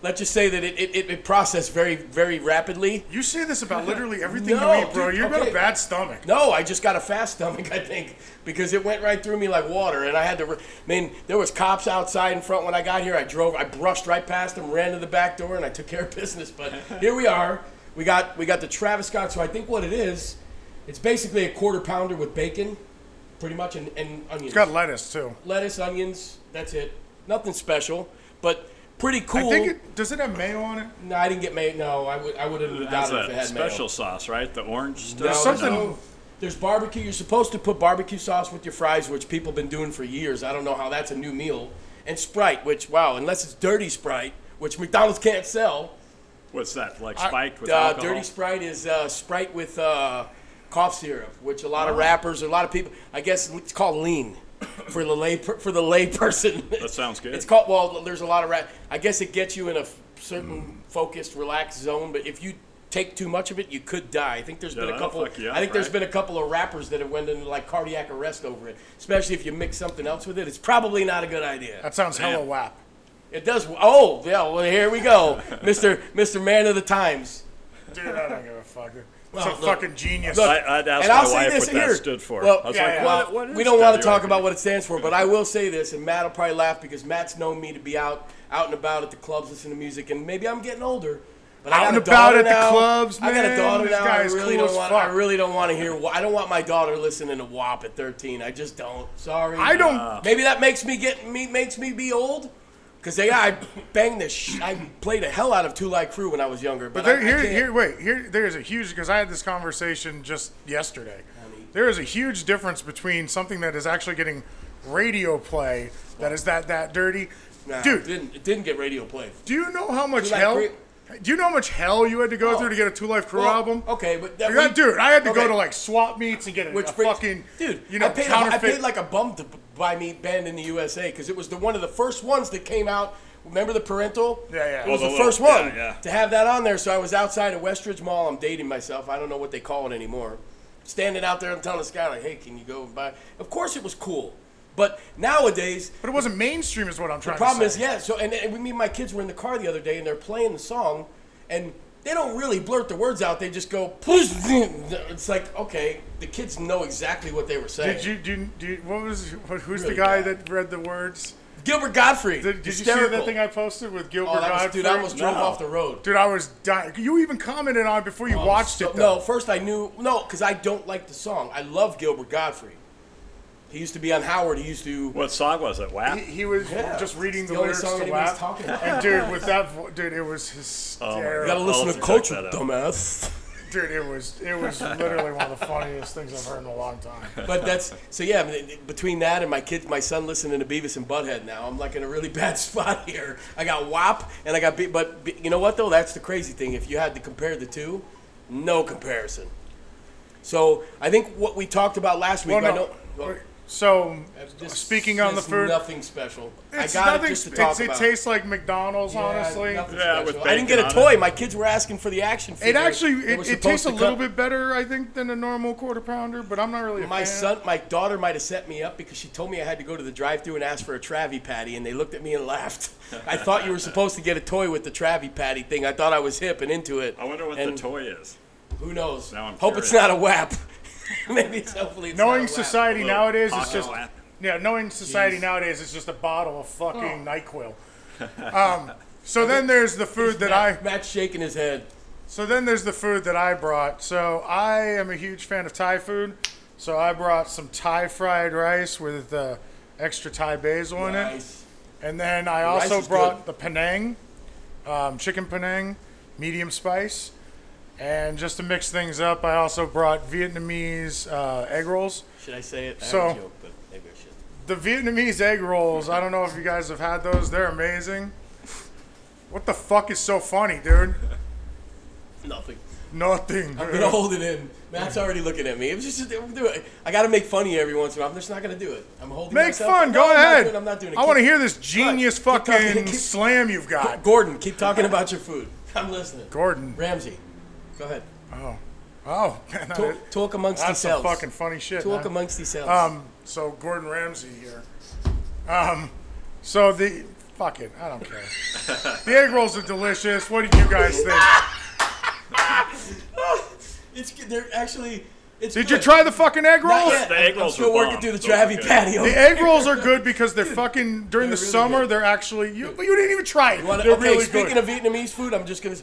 S1: Let's just say that it, it, it, it processed very, very rapidly.
S2: You say this about literally everything
S1: No,
S2: you eat, bro.
S1: dude,
S2: You've got
S1: okay.
S2: a bad stomach.
S1: No, I just got a fast stomach, I think, because it went right through me like water, and I had to. Re- I mean, there was cops outside in front when I got here. I drove, I brushed right past them, ran to the back door, and I took care of business. But here we are. We got we got the Travis Scott. So I think what it is, it's basically a quarter pounder with bacon, pretty much, and, and onions,
S2: It's got lettuce too.
S1: lettuce, onions. That's it. Nothing special, but pretty cool.
S2: I think it does. It have mayo on it.
S1: no, I didn't get mayo. No, I would I would have
S3: That's
S1: doubted if it
S3: a
S1: had mayo.
S3: special sauce, right? The orange stuff.
S1: No,
S2: something-
S1: no. There's barbecue. You're supposed to put barbecue sauce with your fries, which people have been doing for years. I don't know how that's a new meal. And Sprite, which wow, unless it's dirty Sprite, which McDonald's can't sell.
S3: What's that? Like spiked with
S1: Uh,
S3: alcohol?
S1: dirty Sprite is uh, Sprite with uh, cough syrup, which a lot of rappers, a lot of people, I guess it's called lean for the lay per, for the lay person.
S3: That sounds good.
S1: It's called well. There's a lot of rap. I guess it gets you in a f- certain
S3: Mm.
S1: focused, relaxed zone. But if you take too much of it, you could die. I think there's
S3: Yeah,
S1: been a
S3: that'll
S1: couple.
S3: fuck you up,
S1: I think there's
S3: right?
S1: been a couple of rappers that have went into like cardiac arrest over it. Especially if you mix something else with it, it's probably not a good idea.
S2: That sounds hella
S3: Damn.
S2: whap.
S1: It does. Oh yeah. Well, here we go, Mister Mister Man of the Times.
S2: Dude, I don't give a fuck. It's
S1: Well,
S2: a
S1: look.
S2: fucking genius.
S3: I, I'd ask
S1: and I'll
S3: my
S1: say
S3: wife
S1: this
S3: what
S1: here.
S3: that stood for.
S1: Well,
S3: I was
S2: yeah,
S3: like,
S2: yeah.
S3: What, what is
S1: we don't want to talk
S3: WIP?
S1: about what it stands for, but I will say this, and Matt will probably laugh because Matt's known me to be out, out and about at the clubs listening to music, and maybe I'm getting older. But I
S2: Out
S1: got
S2: and
S1: a
S2: about
S1: daughter
S2: at the
S1: now.
S2: clubs,
S1: I got a
S2: man.
S1: daughter
S2: This
S1: now.
S2: guy
S1: I
S2: is
S1: really
S2: cool
S1: don't
S2: as
S1: want.
S2: fuck.
S1: I really don't want to hear. I don't want my daughter listening to WAP at 13. I just don't. Sorry. Uh,
S2: I don't.
S1: Maybe that makes me get me makes me be old. Cause they, I banged the, sh- I played the hell out of Two Light Crew when I was younger. But,
S2: There-
S1: I, I
S2: here,
S1: can't.
S2: here, wait. Here, there's a huge because I had this conversation just yesterday. There is a huge difference between something that is actually getting radio play that is that that dirty,
S1: Nah,
S2: dude.
S1: didn't it didn't get radio play.
S2: Do you know how much
S1: Two Life
S2: hell?
S1: Crew-
S2: Do you know how much hell you had to go
S1: Oh.
S2: through to get a Two Life Crew
S1: Well,
S2: album?
S1: Okay, but that,
S2: You're not-
S1: we-
S2: dude, I had to go
S1: okay.
S2: to like swap meets and get a,
S1: Which
S2: a
S1: brings-
S2: fucking
S1: dude,
S2: You
S1: I
S2: know,
S1: paid, a, I
S2: counterfeit.
S1: paid like a bum to b- buy me band in the USA because it was the one of the first ones that came out. Remember the parental?
S2: Yeah, yeah.
S1: It was
S3: Well,
S1: the
S3: Oh, the
S1: first
S3: little-
S1: one
S3: yeah, yeah.
S1: to have that on there. So I was outside of Westridge Mall. I'm dating myself. I don't know what they call it anymore. Standing out there and telling this guy like, "Hey, can you go and buy?" Of course, it was cool. But nowadays,
S2: But it wasn't mainstream, is what I'm trying
S1: problem
S2: to
S1: is,
S2: say.
S1: yeah. So, and, and me and my kids were in the car the other day, and they're playing the song, and they don't really blurt the words out. They just go, "Push." It's like, okay, the kids know exactly what they were saying.
S2: Did you, do, you, do you, what was, what, who's
S1: Really
S2: the guy
S1: bad.
S2: that read the words?
S1: Gilbert Godfrey.
S2: Did, did you see
S1: hysterical.
S2: that thing I posted with Gilbert
S1: Oh, that was, dude, I
S2: Gottfried?
S1: almost drove
S3: No.
S1: off the road.
S2: Dude, I was dying. You even commented on it before you watched
S1: Oh, So-
S2: it, though.
S1: No, first I knew no, because I don't like the song. I love Gilbert Godfrey. He used to be on Howard. He used to.
S3: What song was it? WAP?
S2: He, he was
S1: Yeah.
S2: just reading
S1: It's
S2: the,
S1: the only
S2: lyrics
S1: song
S2: to
S1: anybody's
S2: WAP.
S1: talking about.
S2: And dude, with that, vo- dude, it was
S3: God.
S2: hysterical.
S1: You gotta
S3: I'll
S1: listen
S3: have
S1: to
S3: to check
S1: culture,
S3: that out.
S1: dumbass.
S2: Dude, it was it was literally one of the funniest things I've heard in a long time.
S1: But that's so yeah. I mean, between that and my kids, my son listening to Beavis and Butthead now, I'm like in a really bad spot here. I got WAP and I got Be- but Be- you know what though? That's the crazy thing. If you had to compare the two, no comparison. So I think what we talked about last week.
S2: Well,
S1: I know.
S2: no, so
S1: This-
S2: speaking on the
S1: this
S2: food,
S1: nothing special.
S2: it's
S1: I got
S2: nothing.
S1: it just to
S2: spe-
S1: talk
S2: it's- it
S1: about.
S2: tastes like McDonald's, honestly.
S1: nothing
S3: Yeah, with
S1: special. I didn't get
S3: bacon
S1: a
S3: on
S1: toy.
S3: it.
S1: My kids were asking for the action figure.
S2: It actually
S1: that
S2: it,
S1: was
S2: it
S1: supposed
S2: tastes a
S1: to
S2: little
S1: come-
S2: bit better, I think, than a normal quarter pounder. But I'm not really a
S1: My
S2: fan.
S1: son, my daughter might have set me up because she told me I had to go to the drive-through and ask for a Travie patty, and they looked at me and laughed. I thought you were supposed to get a toy with the Travie patty thing. I thought I was hip and into it.
S3: I wonder what
S1: and
S3: the toy is.
S1: Who knows?
S3: Now I'm
S1: Hope it's
S3: curious.
S1: not a WAP. Maybe it's hopefully it's
S2: knowing
S1: not a WAP.
S2: society
S3: Little
S2: nowadays, it's
S3: pocket
S2: just
S3: WAP.
S2: yeah. Knowing society nowadays, it's just a bottle of fucking Nyquil. Um, so then there's the food that I
S1: Matt, Matt's shaking his head.
S2: So then there's the food that I brought. So I am a huge fan of Thai food. So I brought some Thai fried rice with uh, extra Thai basil in it.
S1: Nice.
S2: And then I
S1: rice
S2: also
S1: is
S2: brought the Penang, um, chicken Penang, medium spice. And just to mix things up, I also brought Vietnamese uh, egg rolls.
S1: Should I say it? I have
S2: So-
S1: a joke, but maybe I should.
S2: The Vietnamese egg rolls, I don't know if you guys have had those, they're amazing. What the fuck is so funny, dude?
S1: Nothing.
S2: Nothing.
S1: I'm
S2: dude.
S1: gonna hold it in. Matt's already looking at me. It was just, do it. I gotta make fun of you every once in a while. I'm just not gonna do it. I'm holding.
S2: Make
S1: myself.
S2: fun.
S1: No,
S2: Go
S1: I'm not
S2: ahead.
S1: doing- I'm not doing it.
S2: I want to hear this genius
S1: Keep talking.
S2: fucking
S1: Keep-
S2: slam you've got,
S1: Gordon, keep talking about your food. I'm listening.
S2: Gordon.
S1: Ramsey, go ahead.
S2: Oh, man, that is-
S1: Talk, talk amongst
S2: that's some
S1: yourselves.
S2: fucking funny shit.
S1: talk
S2: man.
S1: amongst yourselves.
S2: Um, so Gordon Ramsay here. Um, so the fuck it, I don't care. the egg rolls are delicious. What did you guys think?
S1: it's good. they're actually. It's
S2: Did
S1: good.
S2: you try the fucking egg
S1: Not
S2: rolls?
S1: yet.
S3: The egg
S1: I'm
S3: rolls
S1: still
S3: were
S1: working
S3: bomb.
S1: through the
S3: Those were
S1: Travi
S3: good.
S1: patio.
S2: The egg rolls are good because they're fucking during
S1: They're
S2: the
S1: really
S2: summer.
S1: good.
S2: They're actually you, but you didn't even try it.
S1: Wanna-
S2: they're
S1: okay,
S2: really
S1: speaking
S2: good.
S1: of Vietnamese food, I'm just gonna. s-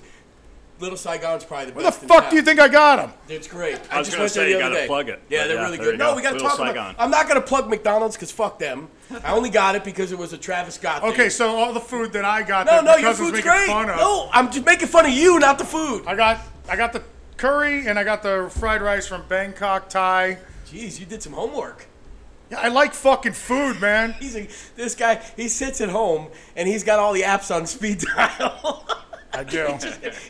S1: Little Saigon's probably the
S2: Where the
S1: best. in
S2: fuck
S1: town.
S2: do you think I got them?
S1: It's great. I,
S3: was
S1: just went
S3: gonna
S1: there
S3: say,
S1: the
S3: you
S1: other
S3: gotta
S1: day.
S3: plug it,
S1: Yeah,
S3: but
S1: they're
S3: yeah,
S1: really
S3: there
S1: good.
S3: you
S1: no,
S3: go.
S1: we got to
S3: Little
S1: talk about.
S3: Saigon.
S1: I'm not gonna plug McDonald's because fuck them. I only got it because it was a Travis Scott. thing.
S2: Okay, so all the food that I got,
S1: No,
S2: that
S1: no,
S2: my
S1: your
S2: cousin's
S1: food's
S2: making
S1: great.
S2: fun of,
S1: No, I'm just making fun of you, not the food.
S2: I got I got the curry and I got the fried rice from Bangkok Thai.
S1: Jeez, you did some homework.
S2: Yeah, I like fucking food, man.
S1: He's a, this guy. He sits at home and he's got all the apps on speed dial.
S2: I do.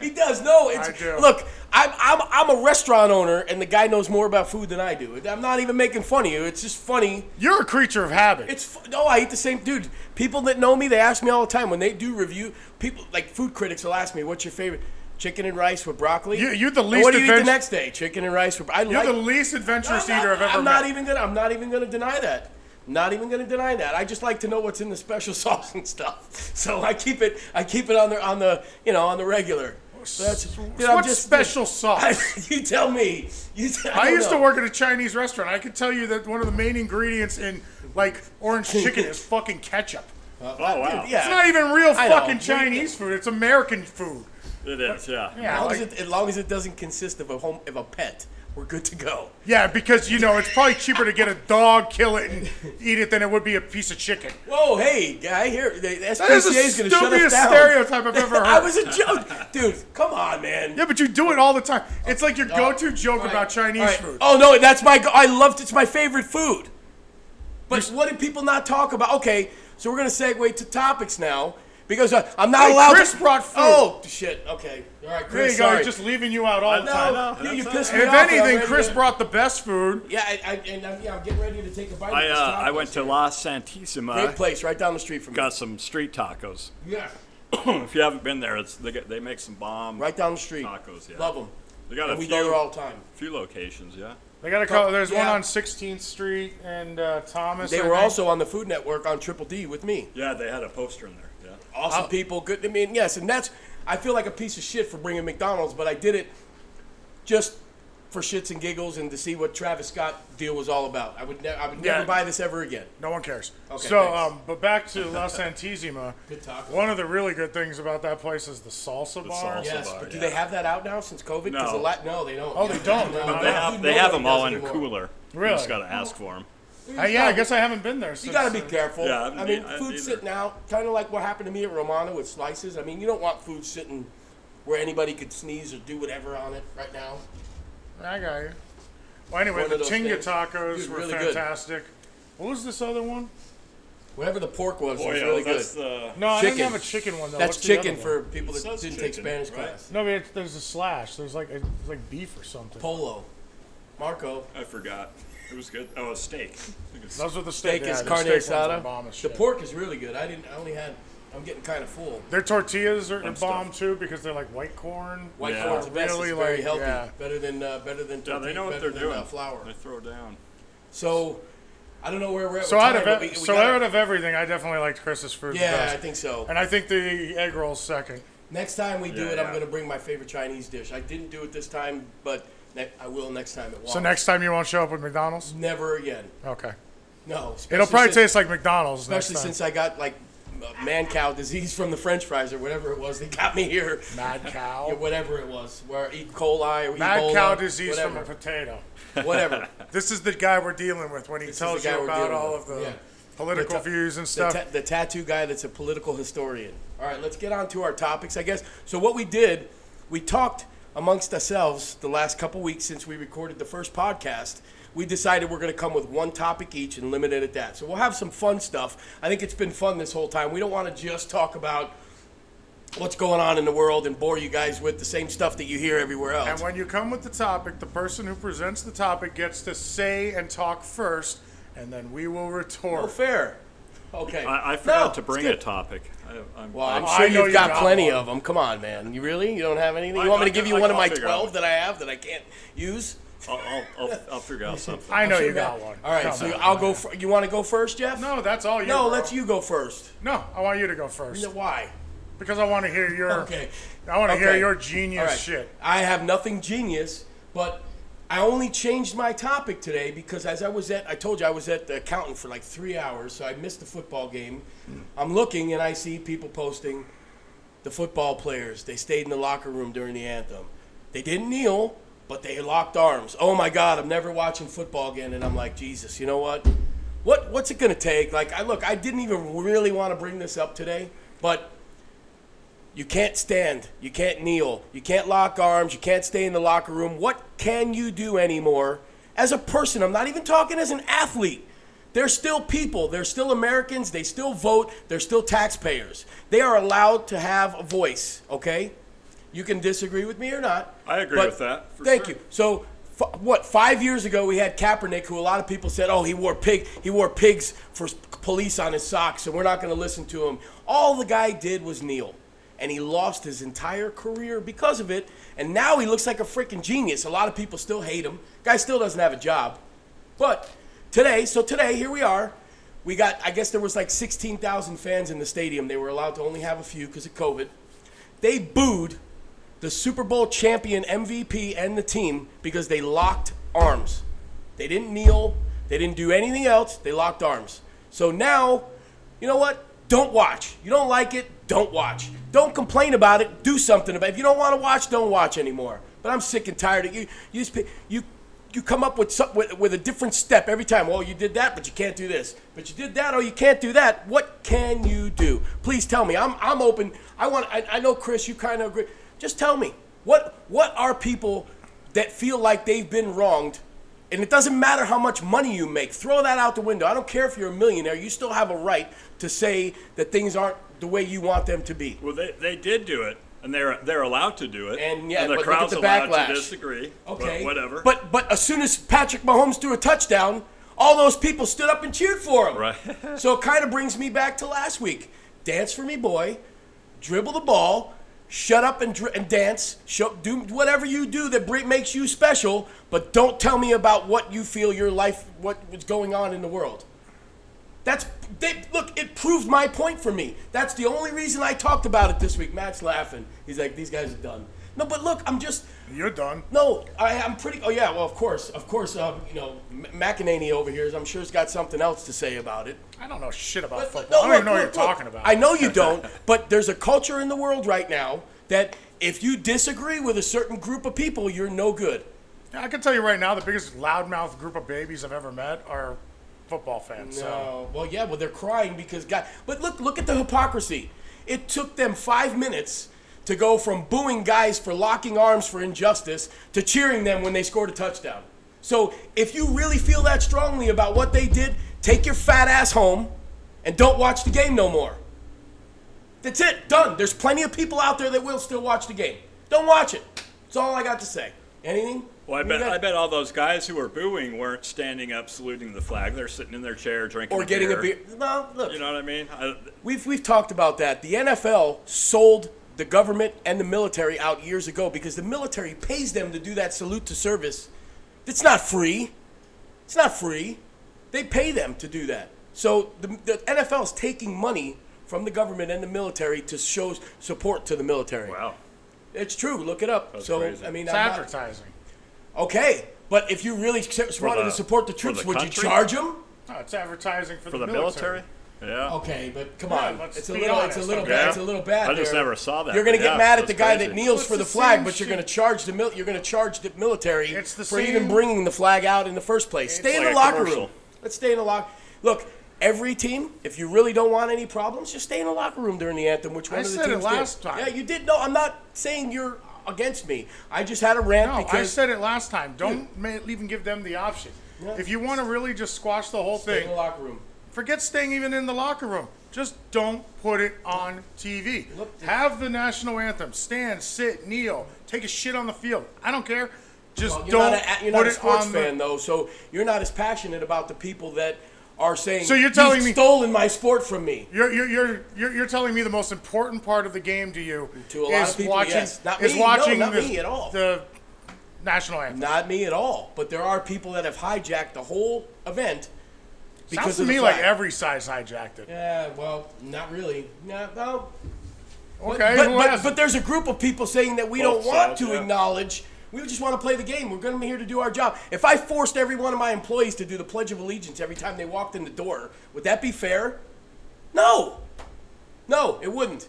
S1: he does. No, it's
S2: I do.
S1: look. I'm, I'm I'm a restaurant owner and the guy knows more about food than I do. I'm not even making fun of you. It's just funny.
S2: You're a creature of habit.
S1: It's fu- no, I eat the same dude. People that know me, they ask me all the time when they do review. People like food critics will ask me, "What's your favorite?" Chicken and rice with broccoli.
S2: You- you're the
S1: And
S2: least
S1: What do you eat
S2: adventurous-
S1: the next day? Chicken and rice with. I
S2: You're
S1: like
S2: the least adventurous
S1: I'm
S2: eater
S1: not-
S2: I've ever
S1: I'm
S2: met.
S1: not even gonna. I'm not even gonna deny that. Not even gonna deny that. I just like to know what's in the special sauce and stuff. So I keep it. I keep it on the on the you know on the regular. So that's dude, I'm
S2: what
S1: just-
S2: special sauce?
S1: you tell me. You tell,
S2: I,
S1: don't
S2: used
S1: know.
S2: to work at a Chinese restaurant. I could tell you that one of the main ingredients in like orange chicken is fucking ketchup.
S3: Oh, wow.
S1: Dude, yeah.
S2: It's not even real
S1: I know.
S2: fucking
S1: What do you
S2: Chinese food. It's American food.
S3: It is, yeah.
S2: Yeah,
S1: As long,
S2: like-
S1: as it, as long as it doesn't consist of a home of a pet, we're good to go.
S2: yeah, because you know it's probably cheaper to get a dog, kill it, and eat it than it would be a piece of chicken.
S1: Whoa, hey, guy, here. The
S2: That is the
S1: SPCA is gonna shut us
S2: stupidest
S1: down.
S2: stereotype I've ever heard.
S1: I was a joke, dude. Come on, man.
S2: Yeah, but you do it all the time. It's like your go-to
S1: Uh,
S2: joke
S1: All right,
S2: about Chinese
S1: all right.
S2: food.
S1: Oh no, that's my. go- I loved. It's my favorite food. But what did people not talk about? Okay, so we're gonna segue to topics now because uh, I'm not
S2: Hey,
S1: allowed.
S2: Chris
S1: to,
S2: brought food.
S1: Oh shit. Okay. All right,
S2: there
S1: Chris.
S2: you go.
S1: sorry.
S2: Just leaving you out all the
S3: No,
S2: time.
S1: no, you, you
S3: That's
S1: pissed me
S2: If
S1: off. and I'm
S2: anything,
S1: ready
S2: Chris
S1: to-
S2: brought the best food.
S1: Yeah, I, I, and I'm, yeah, I'm getting ready to take a bite.
S3: I,
S1: of this
S3: uh, I
S1: tacos.
S3: went to La Santissima.
S1: Great place, right down the street from me.
S3: Got some street tacos.
S1: Yeah.
S3: if you haven't been there, it's they, get, they make some bomb.
S1: Right down the street.
S3: Tacos, yeah.
S1: Love them.
S3: They got
S1: And
S3: a
S1: we
S3: few,
S1: go there all the time.
S3: few locations, yeah.
S2: They got a couple. There's one
S1: yeah.
S2: on 16th Street and uh, Thomas.
S1: They
S2: I
S1: were
S2: think.
S1: also on the Food Network on Triple D with me.
S3: Yeah, they had a poster in there. Yeah.
S1: Awesome people. Good. I mean, yes, and that's. I feel like a piece of shit for bringing McDonald's, but I did it just for shits and giggles and to see what Travis Scott deal was all about. I would, ne- I would never
S2: Yeah.
S1: buy this ever again.
S2: No one cares.
S1: Okay,
S2: so,
S1: thanks.
S2: um, but back to La Santissima.
S1: Good taco.
S2: One of the really good things about that place is the salsa bar.
S3: salsa. Yeah.
S1: Yes,
S3: bar,
S1: but do
S3: yeah.
S1: they have that out now since COVID? 'Cause
S3: No.
S1: a lot, no, they don't.
S2: Oh, they don't.
S1: No,
S2: But
S3: They
S1: no,
S3: have,
S1: dude,
S3: they have
S1: nobody
S3: them all
S1: does
S3: in a
S1: anymore.
S3: cooler.
S2: Really?
S3: You just got to ask for them.
S2: Uh, yeah, I guess I haven't been there. Since,
S1: You got to be
S2: uh,
S1: careful.
S3: Yeah,
S1: I
S3: I
S1: mean,
S3: mean, uh, I-
S1: food
S3: either.
S1: sitting out, kind of like what happened to me at Romano with slices. I mean, you don't want food sitting where anybody could sneeze or do whatever on it right now.
S2: uh, I got you. Well, anyway,
S1: One
S2: the
S1: of those
S2: tinga
S1: things.
S2: tacos
S1: Dude,
S2: were
S1: really good.
S2: fantastic. What was this other one?
S1: Whatever the pork was, was
S3: Boy,
S1: really good.
S3: Oh, that's the.
S2: No, I
S1: Chicken.
S2: didn't have a chicken one though.
S1: That's
S2: What's the
S1: chicken
S2: other
S1: for
S2: one?
S1: people that
S3: It
S1: didn't
S3: says
S1: take
S3: chicken,
S1: Spanish
S3: right?
S1: class.
S2: No, but it's, there's a slash. There's like it's like beef or something.
S1: Polo. Marco.
S3: I forgot. It was good. Oh, a steak. I think it's-
S2: Those were the
S1: Steak
S2: steak.
S1: is
S2: yeah, the
S1: carne
S2: steak ones are bomb
S1: asada.
S2: as
S1: The
S2: shit.
S1: pork is really good. I didn't. I only had. I'm getting kind of full.
S2: Their tortillas are
S3: Fun
S2: bomb
S3: stuff.
S2: too because they're like white corn.
S1: White
S3: Yeah.
S1: corn's the best.
S2: Really,
S1: it's very
S2: like,
S1: healthy.
S2: yeah.
S1: Better than uh, better than
S3: Yeah,
S1: tortilla,
S3: they know what
S1: better
S3: they're
S1: than,
S3: doing.
S1: Uh, flour.
S3: They throw down.
S1: So I don't know where we're at.
S2: So
S1: with
S2: out
S1: time,
S2: of
S1: but
S2: e-
S1: we- we
S2: so
S1: gotta-
S2: out of everything, I definitely liked Chris's food. the
S1: yeah,
S2: best.
S1: I think so.
S2: And I think the egg rolls second.
S1: Next time we do
S3: Yeah,
S1: it, I'm
S3: yeah.
S1: going to bring my favorite Chinese dish. I didn't do it this time, but ne- I will next time at Wawa.
S2: So next time you won't show up with McDonald's.
S1: Never again.
S2: Okay.
S1: No.
S2: It'll
S1: especially
S2: probably
S1: since-
S2: taste like McDonald's
S1: Especially
S2: next time.
S1: since I got like m- man cow disease from the French fries or whatever it was that got me here.
S2: Mad
S1: Or
S2: cow.
S1: whatever it was, where E. coli or
S2: Mad
S1: Ebola,
S2: cow disease
S1: whatever,
S2: from a potato.
S1: whatever.
S2: This is the guy we're dealing with when he
S1: is
S2: tells
S1: the guy
S2: you
S1: we're
S2: about
S1: dealing
S2: all
S1: with.
S2: of the
S1: Yeah.
S2: political
S1: The ta-
S2: views and
S1: the,
S2: stuff.
S1: ta- the tattoo guy that's a political historian. All right, let's get on to our topics, I guess. So what we did, we talked amongst ourselves the last couple weeks since we recorded the first podcast. We decided we're going to come with one topic each and limit it at that. So we'll have some fun stuff. I think it's been fun this whole time. We don't want to just talk about what's going on in the world and bore you guys with the same stuff that you hear everywhere else.
S2: and when you come with the topic, the person who presents the topic gets to say and talk first, and then we will retort.
S1: Oh, fair. Okay.
S3: I, I
S1: No,
S3: forgot to
S1: it's
S3: bring
S1: good.
S3: a topic. I, I'm,
S1: Well, I'm
S3: I-
S2: I
S1: sure
S2: know
S1: you've
S2: you
S1: got,
S2: got
S1: plenty
S2: one.
S1: of them. Come on, man. You really? You don't have anything? You
S3: I-
S1: want me
S3: I
S1: to give
S3: can-
S1: you
S3: I
S1: one of
S3: can
S1: my
S3: figure out
S1: 12
S3: one.
S1: that I have that I can't use?
S3: I'll, I'll, I'll, I'll figure out something.
S2: I know
S1: Sure,
S2: you got
S1: man.
S2: one.
S1: All right,
S2: Come
S1: so
S2: on.
S1: I'll go. Fir- you want to go first, Jeff?
S2: No, that's all you.
S1: No,
S2: bro.
S1: let you go first.
S2: No, I want you to go first
S1: No, Why?
S2: because I want to hear your.
S1: Okay.
S2: I want to hear
S1: Okay.
S2: your
S1: All
S2: genius
S1: right.
S2: shit.
S1: I have nothing genius, but I only changed my topic today because as I was at, I told you I was at the accountant for like three hours, so I missed the football game. I'm looking and I see people posting the football players. They stayed in the locker room during the anthem. They didn't kneel, but they locked arms. Oh my God, I'm never watching football again. And I'm like, Jesus, you know what? What what's it gonna take? Like, I look, I didn't even really want to bring this up today, but you can't stand, you can't kneel, you can't lock arms, you can't stay in the locker room. What can you do anymore? As a person, I'm not even talking as an athlete. They're still people, they're still Americans, they still vote, they're still taxpayers. They are allowed to have a voice, okay? You can disagree with me or not.
S3: I agree
S1: but
S3: with that, for
S1: thank
S3: sure.
S1: you. So, f- what five years ago we had Kaepernick, who a lot of people said, "Oh, he wore pig, he wore pigs for s- police on his socks," and we're not going to listen to him. All the guy did was kneel, and he lost his entire career because of it. And now he looks like a freaking genius. A lot of people still hate him. Guy still doesn't have a job, but today, so today here we are. We got, I guess there was like 16,000 fans in the stadium. They were allowed to only have a few because of COVID. They booed the Super Bowl champion MVP and the team because they locked arms. They didn't kneel, they didn't do anything else, they locked arms. So now, you know what? Don't watch. You don't like it, don't watch. Don't complain about it, do something about it. If you don't want to watch, don't watch anymore. But I'm sick and tired of you you just, pick- you you come up with, some, with with a different step every time. Oh, you did that, but you can't do this. But you did that, oh, you can't do that. What can you do? Please tell me. I'm I'm open. I want. I, I know Chris. You kind of agree. Just tell me what what are people that feel like they've been wronged, and it doesn't matter how much money you make. Throw that out the window. I don't care if you're a millionaire. You still have a right to say that things aren't the way you want them to be.
S3: Well, they, they did do it, and they're they're allowed to do it.
S1: And, yeah,
S3: and the
S1: but look at
S3: crowd's
S1: the
S3: allowed
S1: backlash.
S3: to disagree.
S1: Okay.
S3: but whatever.
S1: But but as soon as Patrick Mahomes threw a touchdown, all those people stood up and cheered for him.
S3: Right.
S1: so it kind of brings me back to last week. Dance for me, boy. Dribble the ball. Shut up and, dr- and dance. Show, do whatever you do that br- makes you special, but don't tell me about what you feel your life, what is going on in the world. That's they, look. It proved my point for me. That's the only reason I talked about it this week. Matt's laughing. He's like, "These guys are done." No, but look, I'm just
S2: You're done.
S1: no. I, I'm pretty. Oh yeah. Well, of course, of course. Um, you know, M- McEnany over here. is- I'm sure has got something else to say about it.
S2: I don't know shit about
S1: But-
S2: football. Oh, I don't
S1: look,
S2: even know what
S1: look,
S2: you're
S1: look.
S2: talking about.
S1: I know you don't, but there's a culture in the world right now that if you disagree with a certain group of people, you're no good.
S2: I can tell you right now, the biggest loudmouth group of babies I've ever met are football fans. So
S1: No. Well, yeah, well, they're crying because God. But look, look at the hypocrisy. It took them five minutes to go from booing guys for locking arms for injustice to cheering them when they scored a touchdown. So if you really feel that strongly about what they did, take your fat ass home and don't watch the game no more. That's it. Done. There's plenty of people out there that will still watch the game. Don't watch it. That's all I got to say. Anything?
S3: Well, I
S1: You
S3: bet,
S1: got-
S3: I bet all those guys who were booing weren't standing up saluting the flag. They're sitting in their chair drinking
S1: Or getting a beer. No, look.
S3: You know what I mean? I,
S1: We've, we've talked about that. The NFL sold the government and the military out years ago because the military pays them to do that salute to service. It's not free. It's not free. They pay them to do that. So the, the NFL is taking money from the government and the military to show support to the military.
S3: wow.
S1: It's true. Look it up. so
S3: crazy.
S1: I mean,
S2: it's
S1: I'm not-
S2: advertising.
S1: okay, but if you really s- wanted
S3: the-
S1: to support the
S3: for
S1: troops,
S3: the
S1: would
S3: country?
S1: you charge them?
S2: No, it's advertising for,
S3: For the military? Yeah.
S1: Okay, but come
S2: Yeah,
S1: on,
S2: let's
S1: it's a
S2: be
S1: little, it's a
S2: honest,
S1: little
S2: okay?
S1: bad. It's a little bad.
S3: I just
S1: there.
S3: never saw that,
S1: You're gonna
S3: but
S1: get
S3: yeah,
S1: mad at the
S3: that's
S1: guy that
S3: crazy.
S1: kneels
S2: Well, it's
S1: for the,
S2: the
S1: flag,
S2: same
S1: but you're
S2: shit.
S1: gonna charge the mil- you're gonna charge the military
S2: It's the
S1: for even
S2: same-
S1: bringing the flag out in the first place. Stay in
S3: like
S1: the
S3: a
S1: locker room.
S3: commercial.
S1: Let's stay in the locker. Look, every team, if you really don't want any problems, just stay in the locker room during the anthem. Which one
S2: I
S1: of the
S2: said it
S1: teams did.
S2: last time.
S1: Yeah, you did. No, I'm not saying you're against me. I just had a rant
S2: No, I
S1: because
S2: said it last time. Don't ma- even give them the option. If you want to really just squash the whole
S1: stay in
S2: thing,
S1: the locker room.
S2: forget staying even in the locker room. Just don't put it on TV.
S1: Look, dude.
S2: Have the national anthem. Stand, sit, kneel, take a shit on the field. I don't care. Just
S1: Well, you're
S2: don't
S1: not a, you're
S2: put
S1: not a
S2: it
S1: sports
S2: on
S1: fan though, so you're not as passionate about the people that are saying.
S2: So you're
S1: "He's
S2: telling me-
S1: stolen my sport from me.
S2: You're, you're, you're, you're, you're telling me the most important part of the game to you
S1: To a lot
S2: is
S1: of people,
S2: watching,
S1: yes. Not
S2: is
S1: me. No,
S2: watching
S1: not
S2: the,
S1: me at all.
S2: the national anthem.
S1: Not me at all. But there are people that have hijacked the whole event.
S2: Sounds to
S1: of the
S2: me like
S1: flag.
S2: every side's hijacked it.
S1: Yeah, well, not really. No, well,
S2: Okay,
S1: but,
S2: who
S1: but,
S2: has
S1: but
S2: it?
S1: there's a group of people saying that we
S3: Both
S1: don't want
S3: sides,
S1: to
S3: yeah.
S1: acknowledge. We just want to play the game. We're going to be here to do our job. If I forced every one of my employees to do the Pledge of Allegiance every time they walked in the door, would that be fair? No. No, it wouldn't.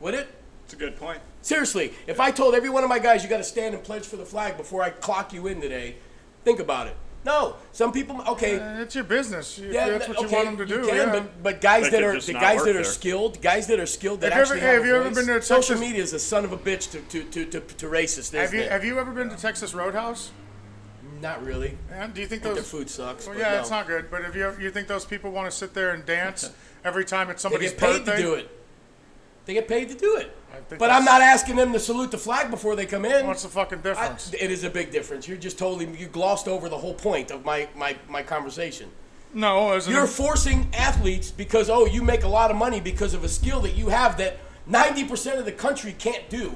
S1: Would it?
S3: It's a good point.
S1: Seriously, if I told every one of my guys you got to stand and pledge for the flag before I clock you in today, think about it. No, some people okay,
S2: Uh, it's your business. If
S1: yeah,
S2: that's what
S1: okay,
S2: you want them to do.
S1: can,
S2: yeah.
S1: but, but guys
S3: They
S1: that
S3: could
S1: are
S3: just
S1: the
S3: not
S1: guys
S3: work
S1: that are
S3: there.
S1: skilled, guys that are skilled that
S2: Have you ever-
S1: actually
S2: hey,
S1: have,
S2: have
S1: a
S2: you ever
S1: voice-
S2: been to a
S1: social
S2: Texas-
S1: media is a son of a bitch to to to to, to racist.
S2: have you
S1: it?
S2: have you ever been to Texas Roadhouse?
S1: not really.
S2: Yeah, do you think
S1: Their
S2: those?
S1: food sucks.
S2: Well,
S1: but
S2: yeah,
S1: no.
S2: it's not good. But if you you think those people want to sit there and dance every time it's
S1: They
S2: somebody's
S1: get paid
S2: birthday?
S1: to do it. They get paid to do it.
S2: I think
S1: But I'm
S2: that's-
S1: not asking them to salute the flag before they come in.
S2: What's the fucking
S1: I,
S2: difference?
S1: it is a big difference. You're just totally you glossed over the whole point of my my, my conversation.
S2: no, as an,
S1: You're forcing athletes because oh you make a lot of money because of a skill that you have that 90% of the country can't do.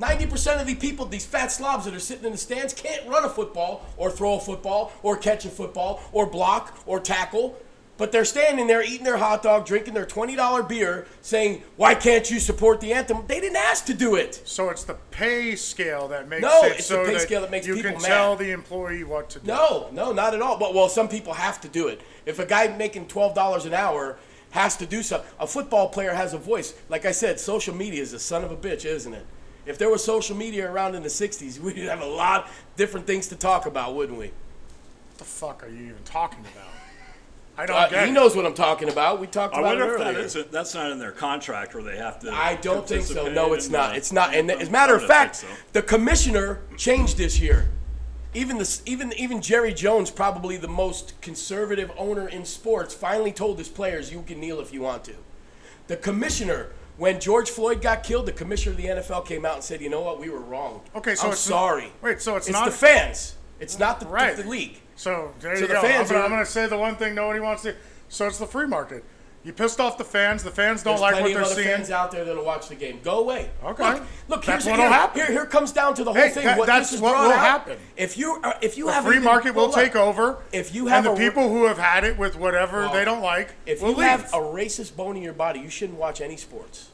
S1: 90% of the people, these fat slobs that are sitting in the stands, can't run a football or throw a football or catch a football or block or tackle. But they're standing there eating their hot dog, drinking their $20 beer, saying, Why can't you support the anthem? They didn't ask to do it.
S2: so it's the pay scale that makes
S1: No,
S2: it
S1: it's the
S2: so
S1: pay
S2: that
S1: scale that makes
S2: you
S1: people
S2: can
S1: mad.
S2: tell the employee what to do.
S1: No, no, not at all. But well, some people have to do it. If a guy making twelve dollars an hour has to do something, a football player has a voice. Like I said, social media is a son of a bitch, isn't it? If there was social media around in the '60s, we'd have a lot different things to talk about, wouldn't we?
S2: What the fuck are you even talking about? I don't
S1: Uh,
S2: get
S1: he
S2: it.
S1: knows what I'm talking about. We talked
S3: I
S1: about it
S3: wonder if
S1: earlier.
S3: that isn't, that's not in their contract where they have to.
S1: I don't think so.
S3: participate
S1: No, it's
S3: in
S1: not.
S3: the-
S1: It's not. And
S3: I
S1: as a matter of
S3: don't
S1: fact,
S3: think so.
S1: the commissioner changed this year. Even the even even Jerry Jones, probably the most conservative owner in sports, finally told his players, "You can kneel if you want to." The commissioner, when George Floyd got killed, the commissioner of the NFL came out and said, "You know what? We were wrong.
S2: Okay, so
S1: I'm
S2: it's-
S1: sorry.
S2: wait, so it's
S1: it's
S2: not-
S1: the fans. It's not the,
S2: Right.
S1: the league."
S2: So there
S1: So
S2: you
S1: the
S2: go.
S1: fans
S2: I'm, gonna,
S1: are-
S2: I'm gonna say the one thing nobody wants to. So it's the free market. You pissed off the fans. The fans don't
S1: There's
S2: like
S1: plenty
S2: what they're
S1: of other
S2: seeing.
S1: fans out there that'll watch the game. Go away.
S2: Okay.
S1: Look, look
S2: That's
S1: here's
S2: what'll
S1: here,
S2: happen.
S1: Here, here comes down to the whole
S2: Hey,
S1: thing.
S2: that-
S1: what
S2: that's
S1: this is
S2: what
S1: brought
S2: will
S1: out,
S2: happen.
S1: If you are, if you
S2: The
S1: have
S2: free market will take over.
S1: If you have
S2: and
S1: a-
S2: the people who have had it with whatever they don't like
S1: If
S2: will
S1: you
S2: leave.
S1: have a racist bone in your body, you shouldn't watch any sports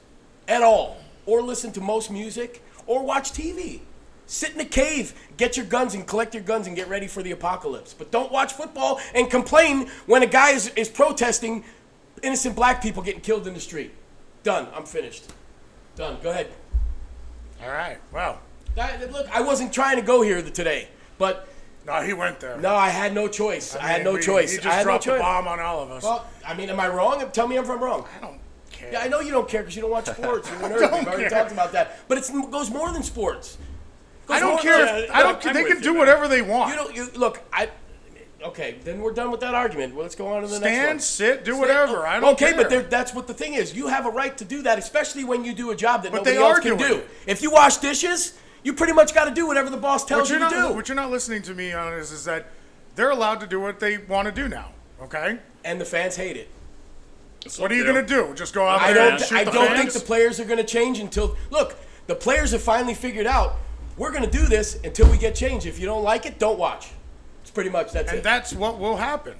S1: at all, or listen to most music, or watch TV. Sit in a cave, get your guns, and collect your guns, and get ready for the apocalypse. But don't watch football and complain when a guy is, is protesting innocent black people getting killed in the street. Done. I'm finished. Done. Go ahead.
S2: All right. Well,
S1: That, look, I wasn't trying to go here today, but
S2: no, he went there.
S1: no, I had no choice. I, had
S2: mean,
S1: no
S2: we-
S1: choice.
S2: He just
S1: I had
S2: dropped
S1: no choice.
S2: a bomb on all of us.
S1: Well, I mean, am I wrong? Tell me if I'm wrong.
S2: I don't care.
S1: Yeah, I know you don't care because you don't watch sports. You're a nerd. We've already
S2: care.
S1: talked about that. But it goes more than sports.
S2: I don't
S1: Goes more
S2: care.
S1: than-
S2: If, I don't.
S3: I'm
S2: they
S3: with
S2: can
S3: you,
S2: do
S3: man.
S2: whatever they want.
S1: You don't. You look. I. Okay, then we're done with that argument. Well, let's go on to the next one.
S2: Stand, sit, do whatever. I don't
S1: okay,
S2: care.
S1: but there- that's what the thing is. You have a right to do that, especially when you do a job that
S2: But
S1: nobody
S2: they
S1: else
S2: are
S1: can
S2: doing
S1: do.
S2: it.
S1: If you wash dishes, you pretty much got to do whatever the boss tells
S2: what
S1: you
S2: you're
S1: to
S2: not
S1: do.
S2: what you're not listening to me on is is that they're allowed to do what they want to do now. Okay,
S1: and the fans hate it.
S2: what are you gonna do? Just go out
S1: I
S2: there
S1: don't.
S2: and
S1: th-
S2: shoot
S1: I
S2: the
S1: don't
S2: fans?
S1: think the players are going to change until. Look, the players have finally figured out we're going to do this until we get changed. If you don't like it, don't watch. It's pretty much that's
S2: and
S1: it.
S2: that's what will happen.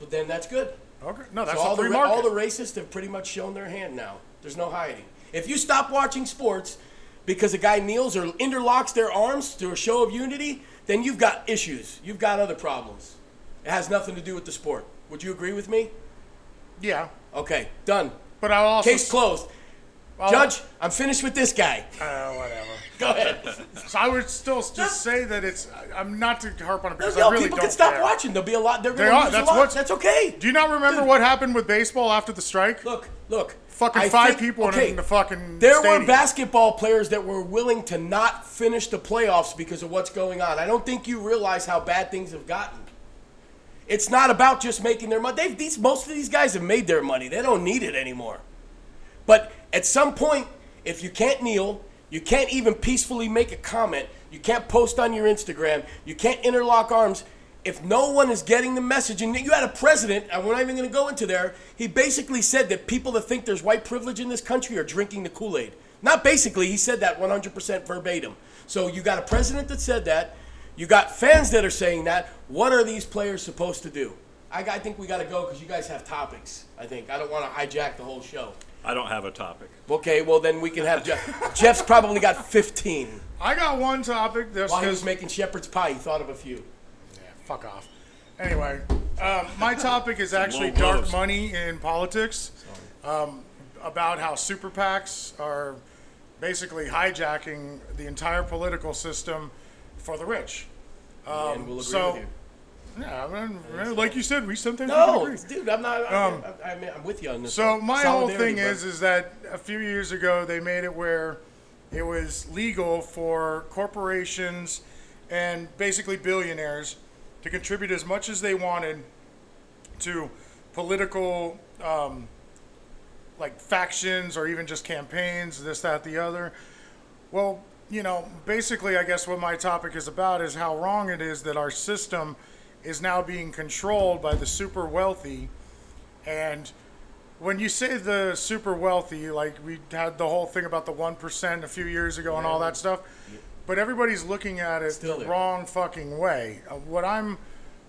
S1: but then that's good.
S2: Okay, no, that's
S1: So all
S2: the
S1: the
S2: free
S1: ra-
S2: market.
S1: all the racists have pretty much shown their hand now. There's no hiding. If you stop watching sports because a guy kneels or interlocks their arms to a show of unity, then you've got issues. You've got other problems. It has nothing to do with the sport. Would you agree with me?
S2: yeah,
S1: Okay, done.
S2: but I'll also
S1: Case closed.
S2: I'll-
S1: Judge, I'm finished with this guy.
S2: Uh, whatever.
S1: Go ahead.
S2: So I would still just say that it's. I- I'm not to harp on it because
S1: Yo,
S2: I really
S1: people
S2: don't
S1: can stop
S2: care.
S1: watching. There'll be a lot. They're
S2: They
S1: going
S2: are.
S1: to lose
S2: That's
S1: a lot.
S2: what's-
S1: That's okay.
S2: Do you not remember what happened with baseball after the strike?
S1: Look, look.
S2: Fucking
S1: I
S2: five
S1: think-
S2: people in-
S1: okay,
S2: in the fucking.
S1: There were
S2: stadium.
S1: basketball players that were willing to not finish the playoffs because of what's going on. I don't think you realize how bad things have gotten. It's not about just making their money. They've, these most of these guys have made their money. They don't need it anymore. But at some point, if you can't kneel, you can't even peacefully make a comment, you can't post on your Instagram, you can't interlock arms. If no one is getting the message, and you had a president, and we're not even going to go into there, he basically said that people that think there's white privilege in this country are drinking the Kool Aid. Not basically, he said that 100% verbatim. So you got a president that said that, you got fans that are saying that. What are these players supposed to do? I, I think we got to go because you guys have topics, I think. I don't want to hijack the whole show.
S3: I don't have a topic.
S1: Okay, well then we can have Jeff. Jeff's probably got 15.
S2: I got one topic. This
S1: While he
S2: is
S1: was making shepherd's pie, he thought of a few.
S2: Yeah, fuck off. Anyway, um, my topic is actually
S3: low
S2: dark
S3: blows.
S2: money in politics, um, about how super PACs are basically hijacking the entire political system for the rich.
S1: and we'll agree
S2: Um, so-
S1: with you.
S2: Yeah, I mean, like you said, we sometimes don't
S1: No,
S2: agree.
S1: dude, I'm not. I'm, I, I mean, I'm with you on this.
S2: Oh! Um, So
S1: one.
S2: my whole
S1: Solidarity,
S2: thing is is that a few years ago they made it where it was legal for corporations and basically billionaires to contribute as much as they wanted to political um, like factions or even just campaigns, this, that, the other. Well, you know, basically, I guess what my topic is about is how wrong it is that our system is now being controlled by the super wealthy. And when you say the super wealthy, like we had the whole thing about the 1% a few years ago and all that stuff, but everybody's looking at it
S1: Still
S2: the
S1: there.
S2: wrong fucking way. Uh, What I'm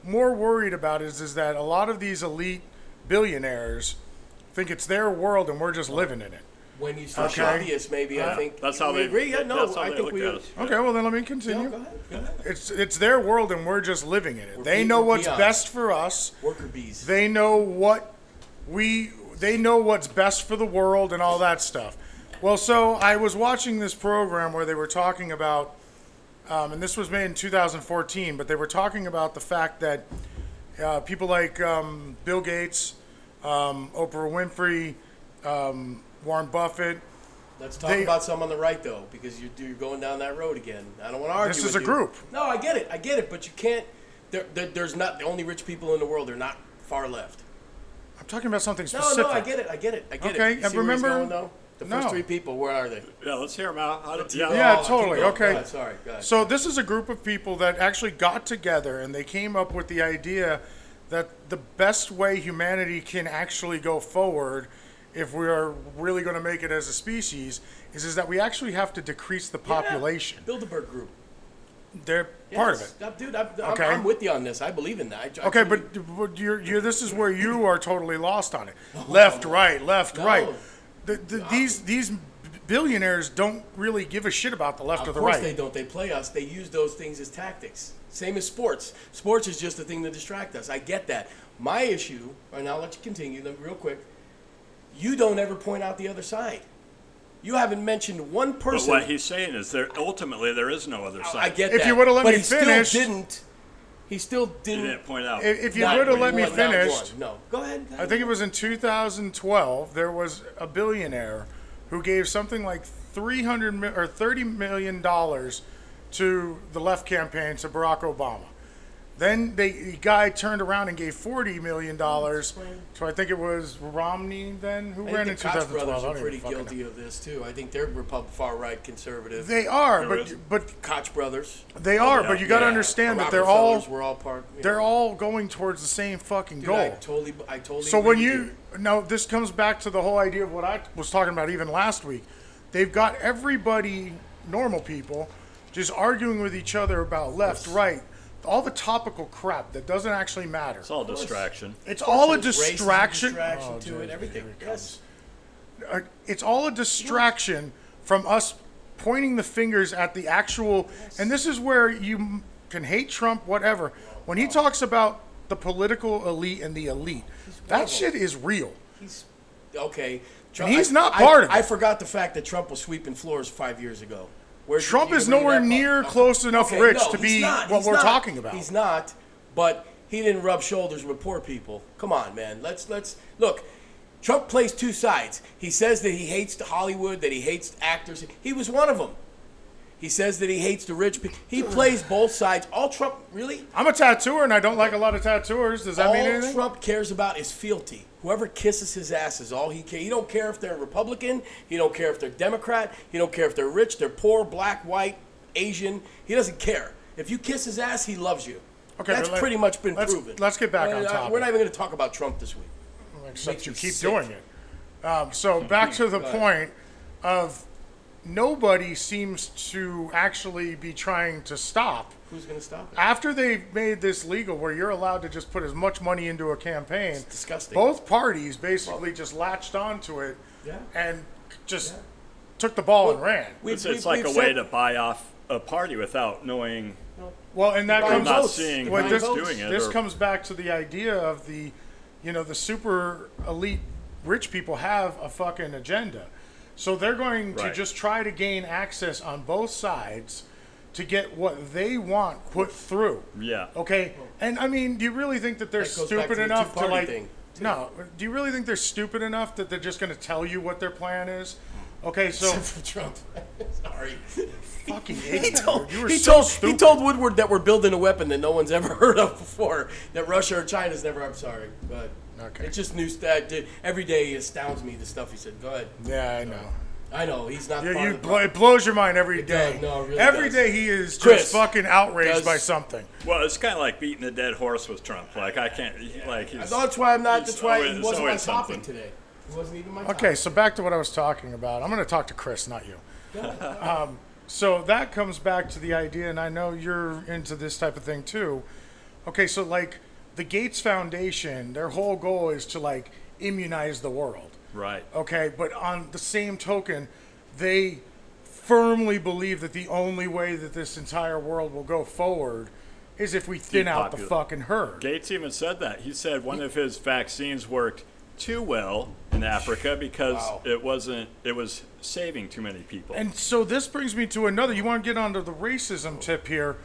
S2: more worried about is is that a lot of these elite billionaires think it's their world and we're just living in it.
S1: but when you start
S2: Okay.
S1: obvious, maybe I think
S3: That's how
S1: we
S3: they
S1: agree. Yeah, no,
S3: that's how
S1: I
S3: they
S1: think
S3: looked
S1: we.
S3: at us.
S2: Okay, well then let me
S1: No,
S2: continue.
S1: go ahead. Go ahead.
S2: It's it's their world and we're just living in it. they
S1: pe-
S2: know
S1: we're
S2: what's
S1: peons.
S2: best for us.
S1: Worker bees.
S2: They know what we they know what's best for the world and all that stuff. Well, so I was watching this program where they were talking about, um, and this was made in 2014, but they were talking about the fact that uh, people like um, Bill Gates, um, Oprah Winfrey, um, Warren Buffett,
S1: Let's talk
S2: they-
S1: about some on the right though, because you're, you're going down that road again. I don't want to argue.
S2: This is
S1: with
S2: a
S1: you.
S2: group.
S1: No, I get it. I get it, but you can't. There, there, there's not the only rich people in the world. They're not far left.
S2: I'm talking about something
S1: No,
S2: specific.
S1: no, I get it. I get it. I get
S2: Okay,
S1: it. You
S2: and
S1: see where he's
S2: remember-
S1: going, though? the first
S2: No.
S1: three people. Where are they?
S3: Yeah, let's hear him out. How did,
S2: Yeah,
S1: I keep
S2: totally.
S1: going.
S2: Okay.
S1: Go ahead, sorry. Go ahead.
S2: So this is a group of people that actually got together and they came up with the idea that the best way humanity can actually go forward if we are really going to make it as a species is is that we actually have to decrease the population.
S1: Bilderberg Group.
S2: They're part of it.
S1: Yes. Uh, Dude, I'm, I'm,
S2: Okay.
S1: I'm with you on this. I believe in that. I- I
S2: Okay,
S1: truly-
S2: but, but you're, you're, this is where you are totally lost on it. Left, right, left,
S1: No.
S2: right. The, the, These these billionaires don't really give a shit about the left or
S1: Of
S2: the
S1: course
S2: right.
S1: they don't. They play us. They use those things as tactics. Same as sports. Sports is just a thing to distract us. I get that. My issue, and I'll let you continue them real quick. You don't ever point out the other side. You haven't mentioned one
S3: But
S1: person.
S3: what he's saying is there ultimately there is no other side.
S1: I get
S2: If
S1: that.
S2: you would've let
S1: but
S2: me
S1: he
S2: finish-
S1: still didn't. He still
S3: He
S1: didn't.
S3: didn't point out.
S2: If, if you
S1: not
S2: would have let me
S1: one, not
S2: finish,
S1: one. No, go ahead.
S2: I think it was in 2012. There was a billionaire who gave something like 300 mi- or 30 million dollars to the left campaign to Barack Obama. Then they, the guy turned around and gave 40 million dollars. So I think it was Romney then who
S1: I
S2: ran in
S1: think the Koch
S2: 2012.
S1: brothers are
S2: I don't even
S1: pretty
S2: fucking know.
S1: guilty of this too. I think they're Repub- far right conservative.
S2: They are,
S3: There
S2: but
S3: is.
S2: but
S1: Koch brothers.
S2: they are,
S3: yeah,
S2: but you got to
S1: Oh, Yeah,
S2: understand
S1: the
S2: that they're all
S1: Rockefellers were all part. you
S2: they're
S1: know.
S2: all going towards the same fucking
S1: Dude,
S2: goal.
S1: I totally, I totally.
S2: So
S1: agree
S2: when
S1: with
S2: you now this comes back to the whole idea of what I was talking about even last week. They've got everybody, normal people, just arguing with each other about left, right, all the topical crap that doesn't actually matter.
S3: it's all distraction.
S2: It's all a
S1: There's race, there's
S2: distraction.
S1: distraction
S2: Oh,
S1: to
S2: dude,
S1: it, everything. Yes.
S2: uh, It's all a distraction from us pointing the fingers at the actual. And this is where you m- can hate Trump, whatever. When he talks about the political elite and the elite, that shit is real.
S1: He's okay. Trump,
S2: he's not
S1: I-
S2: part of
S1: I
S2: it.
S1: forgot the fact that Trump was sweeping floors five years ago. Where did
S2: Trump
S1: you
S2: is
S1: bring
S2: nowhere
S1: that up?
S2: near
S1: Okay.
S2: close enough
S1: Okay,
S2: rich
S1: no,
S2: to
S1: he's
S2: be
S1: not.
S2: what
S1: He's
S2: we're
S1: not.
S2: talking about.
S1: He's not, but he didn't rub shoulders with poor people. Come on, man. Let's let's look. Trump plays two sides. He says that he hates Hollywood, that he hates actors. He was one of them. He says that he hates the rich. pe- He plays both sides. All Trump really
S2: I'm a tattooer and I don't like a lot of tattooers. Does that
S1: all
S2: mean anything?
S1: Trump cares about is fealty. Whoever kisses his ass is all he cares. He don't care if they're Republican. He don't care if they're Democrat. He don't care if they're rich, they're poor, black, white, Asian. He doesn't care. If you kiss his ass, he loves you.
S2: Okay,
S1: that's
S2: but let-
S1: pretty much been
S2: let's-
S1: proven.
S2: let's get back
S1: Uh,
S2: on
S1: uh,
S2: topic.
S1: We're not even going to talk about Trump this week.
S2: Except
S1: makes
S2: you
S1: me
S2: keep
S1: sick.
S2: doing it. Um, so back to the point of nobody seems to actually be trying to stop.
S1: Who's going to stop it?
S2: After they made this legal, where you're allowed to just put as much money into a campaign,
S1: disgusting.
S2: both parties basically just latched onto it
S1: Yeah.
S2: and just took the ball and ran.
S1: We-
S3: It's,
S1: we-
S3: it's like a
S1: we've
S3: way
S1: said-
S3: to buy off a party without knowing.
S2: Well, and that
S1: Biden
S2: comes
S3: not
S1: votes.
S3: seeing
S2: Well,
S1: Biden
S2: this,
S1: votes.
S3: doing it.
S2: this
S3: or-
S2: comes back to the idea of the, you know, the super elite rich people have a fucking agenda. So they're going to
S3: Right.
S2: just try to gain access on both sides to get what they want put through.
S3: Yeah.
S2: Okay. And I mean, do you really think that they're
S1: That goes back
S2: stupid
S1: to the
S2: enough to
S1: two-party
S2: like
S1: thing, too.
S2: No, do you really think they're stupid enough that they're just going to tell you what their plan is? Okay, so
S1: Except for Trump. Sorry.
S2: fucking
S1: He
S2: idiot,
S1: told,
S2: you were
S1: he,
S2: so
S1: told,
S2: stupid.
S1: he told Woodward that we're building a weapon that no one's ever heard of before. That Russia or China's never. I'm sorry, but
S2: Okay.
S1: it's just new stuff. dude. Every day he astounds me. The stuff he said. Go ahead.
S2: Yeah, I know.
S1: I know he's not.
S2: Yeah,
S1: part
S2: you
S1: of the
S2: blow, it blows your mind every
S1: does.
S2: day.
S1: No, it really
S2: Every
S1: does.
S2: day he is
S1: Chris,
S2: just fucking outraged
S1: does-
S2: by something.
S3: Well, it's kind of like beating a dead horse with Trump. Like I can't. Like he's.
S1: That's why I'm not.
S3: It's
S1: That's why
S3: always-
S1: he
S3: it's
S1: wasn't my
S3: always
S1: topic
S3: something.
S1: today. He wasn't even my topic.
S2: Okay, so back to what I was talking about. I'm going to talk to Chris, not you. um, so that comes back to the idea, and I know you're into this type of thing too. Okay, so like the Gates Foundation, their whole goal is to like immunize the world.
S3: Right.
S2: Okay, but on the same token, they firmly believe that the only way that this entire world will go forward is if we thin out the
S3: Depopulate.
S2: fucking herd.
S3: Gates even said that. He said one of his vaccines worked too well in Africa because
S1: Wow.
S3: it wasn't. It was saving too many people.
S2: And so this brings me to another. You want to get onto the racism tip here.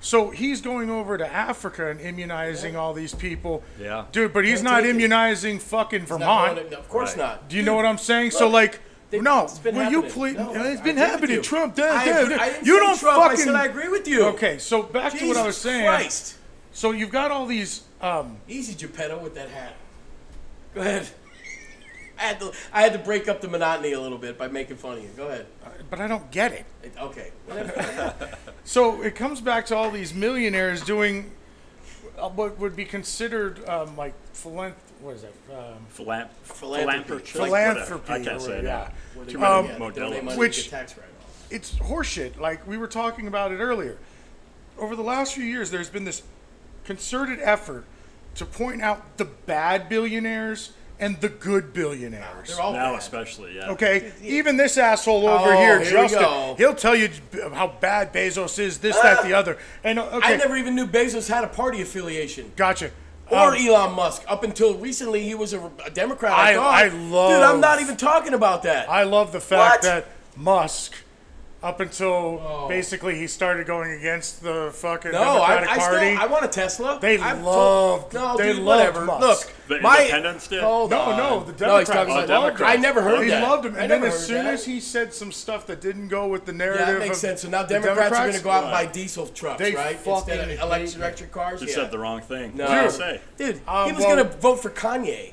S2: So he's going over to Africa and immunizing all these people.
S3: Yeah.
S2: Dude, but he's
S1: Can't
S2: not
S1: take it.
S2: immunizing fucking
S1: Not
S2: Vermont.
S1: going to- no, of course
S3: Right.
S1: not.
S2: Do you know what I'm saying? so
S1: look,
S2: like
S1: They-
S2: no,
S1: it's been
S2: will you
S1: happening.
S2: please?
S1: No,
S2: it's
S1: I
S2: been
S1: agree with
S2: happening.
S1: you.
S2: Trump, that,
S1: I
S2: that,
S1: agree-
S2: that.
S1: I didn't
S2: you
S1: say
S2: don't
S1: Trump, I
S2: fucking.
S1: said I agree with you.
S2: Okay, so back to what I was
S1: Jesus
S2: saying.
S1: Christ.
S2: So you've got all these. Um,
S1: Easy, Geppetto, with that hat. Go ahead. I had to. I had to break up the monotony a little bit by making fun of you. Go ahead.
S2: but I don't get it.
S1: It- Okay. Whatever.
S2: So it comes back to all these millionaires doing uh, what would be considered um, like philanth what is that? Um,
S3: Philan-
S1: Philanthropy.
S3: philanthropy.
S2: Philanthropy,
S3: I can't
S2: or-
S3: say
S2: yeah.
S3: that.
S1: Where they
S3: Too
S1: get-
S3: many
S1: yeah, they
S3: modellums.
S1: donate money to
S2: Um,
S1: get
S2: Which-
S1: tax write-offs.
S2: it's horseshit. Like we were talking about it earlier. Over the last few years, there's been this concerted effort to point out the bad billionaires and the good billionaires.
S1: They're all
S3: now
S1: bad.
S3: especially, yeah.
S2: Okay, even this asshole over
S1: Oh, here
S2: here,
S1: we
S2: Justin,
S1: go. Ah.
S2: he'll tell you how bad Bezos is, this, that, the other. And uh, okay,
S1: I never even knew Bezos had a party affiliation.
S2: gotcha.
S1: Or
S2: Um,
S1: Elon Musk. Up until recently, he was a, a Democrat.
S2: I-
S1: thought.
S2: I
S1: Dude,
S2: love-
S1: I'm not even talking about that.
S2: I love the fact
S1: What?
S2: that Musk, up until basically he started going against the fucking
S1: Oh. no, I,
S2: Democratic
S1: I
S2: Party.
S1: still I want a Tesla.
S2: They
S1: I'm to-
S2: loved-
S1: no,
S2: they
S1: dude,
S2: loved
S1: whatever.
S2: Musk.
S1: Look,
S3: The
S1: my
S3: independents did?
S1: Hold
S2: no,
S1: on.
S2: no, the
S1: No, he's
S2: Democrats.
S1: talking
S2: loved
S1: about
S3: Oh,
S2: him.
S1: I
S3: Democrats.
S1: never heard
S2: They
S1: that.
S2: loved him,
S1: I
S2: and then
S1: never heard
S2: as soon
S1: that.
S2: as he said some stuff that didn't go with the narrative,
S1: yeah, that makes
S2: of
S1: sense. So now
S2: the
S1: Democrats, are going
S2: Democrats-
S1: to go out and buy diesel trucks,
S2: They
S1: right?
S2: fucking
S1: Instead of
S2: hate
S1: electric,
S2: it.
S1: electric cars.
S3: You
S1: yeah.
S3: said the wrong thing.
S1: No.
S3: What did I
S1: Dude.
S3: say?
S1: Dude,
S2: Uh,
S1: he was
S2: well-
S1: going to vote for Kanye.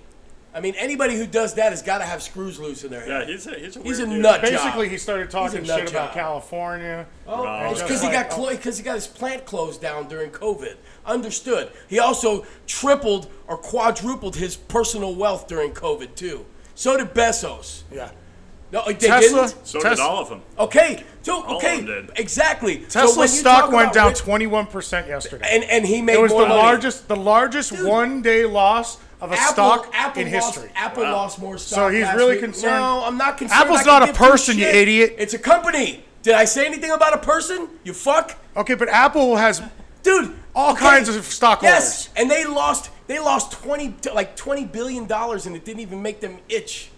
S1: I mean, anybody who does that has got to have screws loose in their head.
S3: Yeah, he's a he's a
S1: He's
S3: weird
S1: a
S3: dude.
S1: nut.
S2: Basically,
S1: job.
S2: he started talking
S1: He's a nut
S2: shit about
S1: job.
S2: California.
S1: Oh,
S3: No.
S1: it's because he
S2: Like,
S1: got because he got his plant closed down during COVID. Understood. He also tripled or quadrupled his personal wealth during COVID too. So did Bezos.
S2: Yeah.
S1: No, they
S2: Tesla?
S1: didn't.
S3: So
S2: Tesla-
S3: did all of them.
S1: Okay, so
S3: of
S1: okay,
S3: them did.
S1: exactly. so when
S2: Tesla's
S1: you
S2: stock
S1: talk
S2: went
S1: about
S2: down
S1: rich-
S2: 21% yesterday.
S1: and and he made
S2: It was the
S1: more money.
S2: largest, the largest
S1: Dude.
S2: one-day loss of a
S1: Apple,
S2: stock
S1: Apple
S2: in
S1: lost,
S2: history.
S1: Apple
S3: Wow.
S1: lost more stock.
S2: So he's
S1: last
S2: really
S1: week.
S2: concerned-
S1: No, I'm not concerned.
S2: Apple's
S1: I
S2: not
S1: could
S2: a
S1: give two
S2: person, you
S1: shits.
S2: idiot.
S1: It's a company. Did I say anything about a person? You fuck,
S2: Okay, but Apple has
S1: dude.
S2: all
S1: okay.
S2: kinds of stockholders.
S1: Yes, and they lost they lost twenty like twenty billion dollars, and it didn't even make them itch.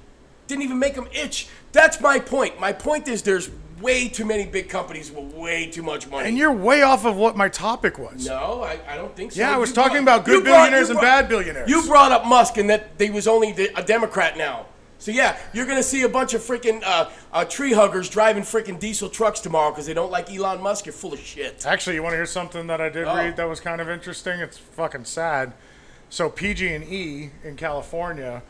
S1: Didn't even make them itch. That's my point. My point is there's way too many big companies with way too much money.
S2: And you're way off of what my topic was.
S1: no, I, I don't think so.
S2: Yeah, I was
S1: You
S2: talking
S1: brought-
S2: about good
S1: you brought-
S2: billionaires
S1: you
S2: and
S1: brought-
S2: bad billionaires.
S1: You brought up Musk and that he was only the, a Democrat now. So yeah, you're gonna see a bunch of freaking uh, uh, tree huggers driving freaking diesel trucks tomorrow because they don't like Elon Musk. You're full of shit.
S2: Actually, you want to hear something that I did
S1: Oh.
S2: read that was kind of interesting? It's fucking sad. So PG&E E in California,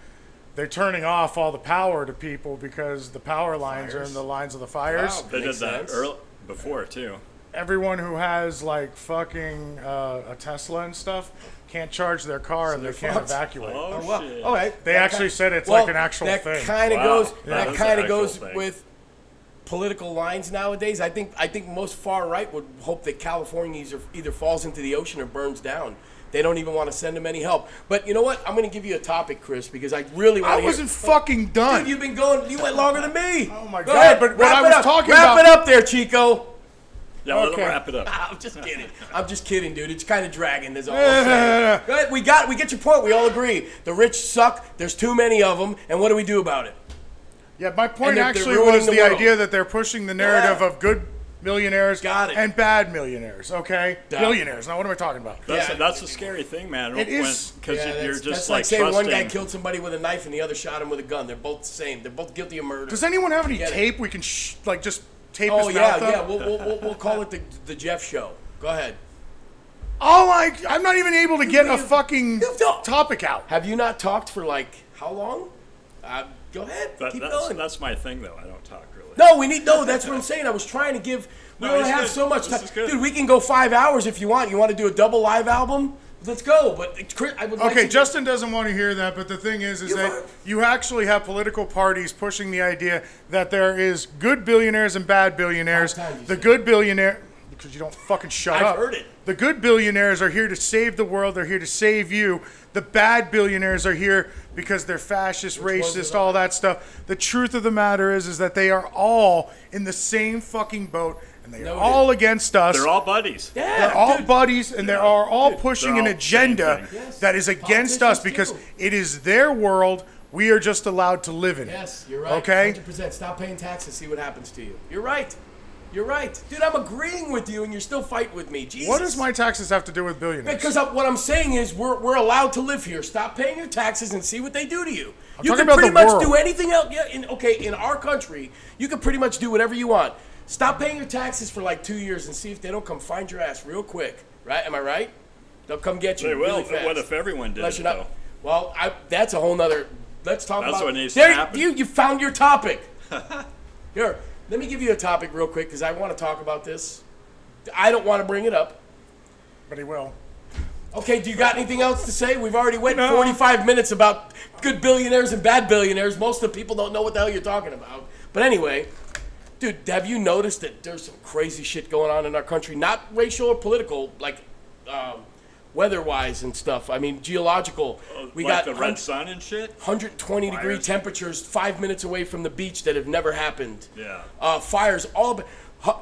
S2: they're turning off all the power to people because the power lines are in the lines of the fires.
S1: Wow.
S3: They
S1: Makes
S3: did that
S1: sense.
S3: early, before too.
S2: Everyone who has like fucking uh, a Tesla and stuff can't charge their car and they
S1: they're
S2: can't
S1: fucked.
S2: evacuate.
S3: Oh,
S1: Well,
S3: shit.
S1: all right.
S2: They
S1: That
S2: actually
S1: ki-
S2: said it's
S1: well,
S2: like an actual
S1: that
S2: thing.
S1: kind of
S3: Wow.
S1: goes.
S3: Yeah,
S1: that
S3: that's an
S1: kind of
S3: actual
S1: goes
S3: thing.
S1: with political lines nowadays. I think. I think most far right would hope that California either, either falls into the ocean or burns down. They don't even want to send them any help. But you know what? I'm going to give you a topic, Chris, because I really want
S2: I
S1: to.
S2: wasn't fucking done.
S1: Dude, you've been going. You went longer than me.
S2: Oh my
S1: Go
S2: God,
S1: ahead,
S2: but what
S1: wrap
S2: I
S1: it
S2: was
S1: up.
S2: talking
S1: wrap
S2: about-
S1: it up there, Chico.
S3: Yeah, well,
S2: Okay.
S3: let's wrap it up.
S1: I'm just kidding. I'm just kidding, dude. It's kind of dragging. That's all I'm
S2: Yeah.
S1: saying. Go ahead, We got. We get your point. We all agree. The rich suck. There's too many of them. And what do we do about it?
S2: Yeah, my point
S1: And they're- they're
S2: actually
S1: ruining
S2: was the,
S1: the world.
S2: idea that they're pushing the narrative
S1: Yeah.
S2: of good millionaires
S1: Got it.
S2: and bad millionaires. Okay,
S1: Yeah.
S2: billionaires. Now, what am I talking about?
S3: That's
S1: Yeah.
S3: that's a scary thing, man.
S2: It is.
S3: because
S1: Yeah,
S3: you're
S1: that's,
S3: just
S1: that's like,
S3: like,
S1: saying one guy
S3: trusting-
S1: killed somebody with a knife and the other shot him with a gun. They're both the same. They're both guilty of murder.
S2: Does anyone have any
S1: Get it.
S2: tape we can sh- like just tape
S1: oh
S2: his
S1: yeah,
S2: mouth up?
S1: yeah. We'll, we'll, we'll, we'll call it the the Jeff Show. Go ahead.
S2: All I, I'm not even able to get a
S1: you-
S2: fucking
S1: you don't-
S2: topic out.
S1: Have you not talked for like how long? Uh, go ahead.
S3: That-
S1: Keep
S3: that's,
S1: going.
S3: that's my thing, though. I don't talk really.
S1: No, we need no. That's what I'm saying. I was trying to give. We
S3: No,
S1: only
S3: it's
S1: have
S3: good.
S1: so much
S3: This
S1: time,
S3: is good.
S1: dude. We can go five hours if you want. You want to do a double live album? Let's go. But uh, Chris, I would like
S2: Okay,
S1: to-
S2: Justin doesn't want to hear that, but the thing is, is
S1: You
S2: that
S1: are-
S2: you actually have political parties pushing the idea that there is good billionaires and bad billionaires.
S1: Five times you
S2: The
S1: said
S2: good billionaire, because you don't fucking shut
S1: I've
S2: up.
S1: heard it.
S2: The good billionaires are here to save the world. They're here to save you. The bad billionaires are here because they're fascist,
S1: ones
S2: racist,
S1: are
S2: all that stuff. The truth of the matter is, is that they are all in the same fucking boat, and they are
S1: Noted.
S2: all against us.
S3: They're all buddies.
S1: Yeah,
S2: They're all
S1: dude.
S2: buddies, and they are all
S3: Dude,
S2: pushing
S3: they're
S2: an
S3: all the same
S2: agenda
S3: thing.
S1: Yes.
S2: that is against us
S1: Politicians
S2: because
S1: do.
S2: it is their world. We are just allowed to live in it.
S1: Yes, you're right.
S2: Okay.
S1: 100%. Stop paying taxes. See what happens to you. You're right. You're right, dude. I'm agreeing with you, and you're still fighting with me. Jesus.
S2: What does my taxes have to do with billionaires?
S1: Because I, what I'm saying is, we're, we're allowed to live here. Stop paying your taxes and see what they do to you. you
S2: talking
S1: can
S2: about
S1: pretty
S2: the
S1: much
S2: world.
S1: do anything else. Yeah, in, okay, in our country, you can pretty much do whatever you want. Stop paying your taxes for like two years and see if they don't come find your ass real quick. Right? Am I right? They'll come get you.
S3: They will.
S1: Really
S3: but
S1: fast.
S3: what if everyone did
S1: Unless
S3: it,
S1: you're not.
S3: though?
S1: Well, I, that's a whole nother. Let's talk
S3: That's
S1: about.
S3: what needs to
S1: there,
S3: happen.
S1: You you found your topic. Here, let me give you a topic real quick because I want to talk about this. I don't want to bring it up.
S2: but he will.
S1: Okay, do you got anything else to say? We've already went 45 minutes about good billionaires and bad billionaires. Most of the people don't know what the hell you're talking about. But anyway, dude, have you noticed that there's some crazy shit going on in our country? Not racial or political, like um, weather-wise and stuff. I mean, geological. We
S3: Uh, like
S1: got
S3: the red sun and shit.
S1: 120 degree
S3: Fires.
S1: temperatures five minutes away from the beach that have never happened.
S3: Yeah.
S1: Uh, fires all. But, Ho-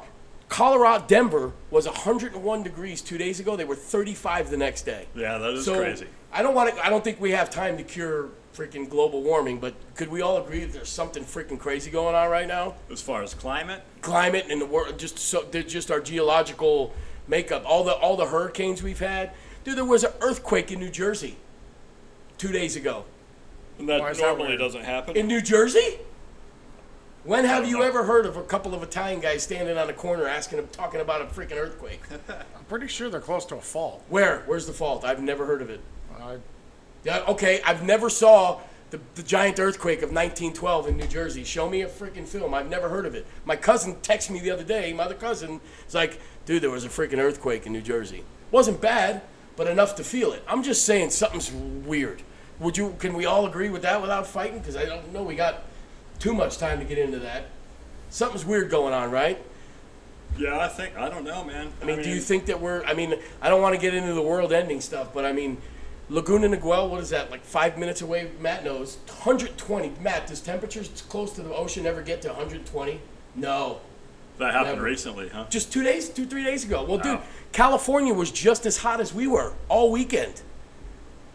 S1: Colorado, Denver was 101 degrees two days ago. They were 35 the next day.
S3: Yeah, that is crazy.
S1: I don't want to. I don't think we have time to cure freaking global warming. But could we all agree that there's something freaking crazy going on right now?
S3: As far as climate,
S1: Climate and the world, just so, they're just our geological makeup. All the all the hurricanes we've had. Dude, there was an earthquake in New Jersey two days ago.
S3: and
S2: Why
S3: that
S2: is that
S3: normally
S2: weird?
S3: doesn't happen.
S1: In New Jersey? When have
S3: don't
S1: you
S3: know.
S1: ever heard of a couple of Italian guys standing on a corner asking, talking about a freaking earthquake?
S2: I'm pretty sure they're close to a fault.
S1: Where? Where's the fault? I've never heard of it.
S2: I,
S1: Yeah, okay, I've never saw the, the giant earthquake of 1912 in New Jersey. Show me a freaking film. I've never heard of it. My cousin texted me the other day. My other cousin is like, dude, there was a freaking earthquake in New Jersey. Wasn't bad, but enough to feel it. I'm just saying something's weird. Would you? Can we all agree with that without fighting? Because I don't know. We got too much time to get into that. Something's weird going on, right?
S3: yeah, I think I don't know, man.
S1: I mean, do you think that we're? I mean, I don't want to get into the world-ending stuff, but I mean, Laguna Niguel, what is that? Like five minutes away. Matt knows. 120. Matt, does temperatures close to the ocean ever get to 120? No.
S3: that happened
S1: Never.
S3: recently, huh?
S1: Just two days, two three days ago. Well, dude,
S3: Wow.
S1: California was just as hot as we were all weekend.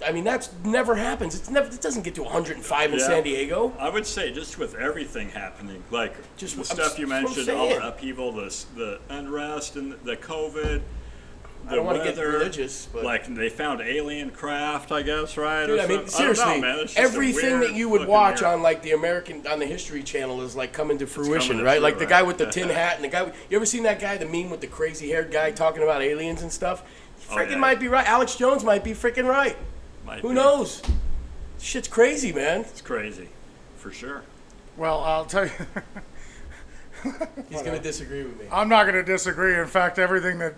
S1: I mean, that's never happens. It's never. It doesn't get to 105 in
S3: Yeah.
S1: San Diego.
S3: I would say just with everything happening, like
S1: Just
S3: the
S1: what- I'm
S3: stuff
S1: s-
S3: you
S1: that's what I'm
S3: mentioned, all
S1: saying.
S3: the upheaval, the s- the unrest, and the COVID. The
S1: don't wanna get
S3: weather,
S1: religious, but-
S3: like they found alien craft, I guess, right?
S1: Dude,
S3: or
S1: I mean,
S3: something? don't know,
S1: seriously,
S3: man, it's just a
S1: everything that
S3: weird
S1: you would
S3: looking
S1: watch
S3: era.
S1: on like the American on the History Channel is like coming to fruition,
S3: coming to
S1: right?
S3: fruit,
S1: like the
S3: right.
S1: guy with the tin hat and the guy. You ever seen that guy, the meme with the crazy haired guy talking about aliens and stuff? He
S3: Oh,
S1: freaking
S3: yeah.
S1: might be right. Alex Jones might be freaking right.
S3: Might
S1: Who
S3: be.
S1: knows? Shit's crazy, man.
S3: It's crazy, for sure.
S2: well, I'll tell you,
S1: He's gonna disagree with me.
S2: I'm not going to disagree. In fact, everything that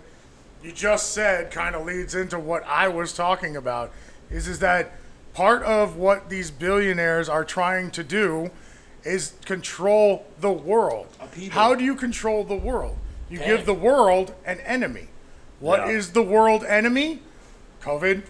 S2: you just said kind of leads into what I was talking about. Is is that part of what these billionaires are trying to do is control the world.
S1: Upheaval.
S2: How do you control the world? You
S1: Dang.
S2: give the world an enemy. What is
S3: Yeah.
S2: the world enemy? COVID.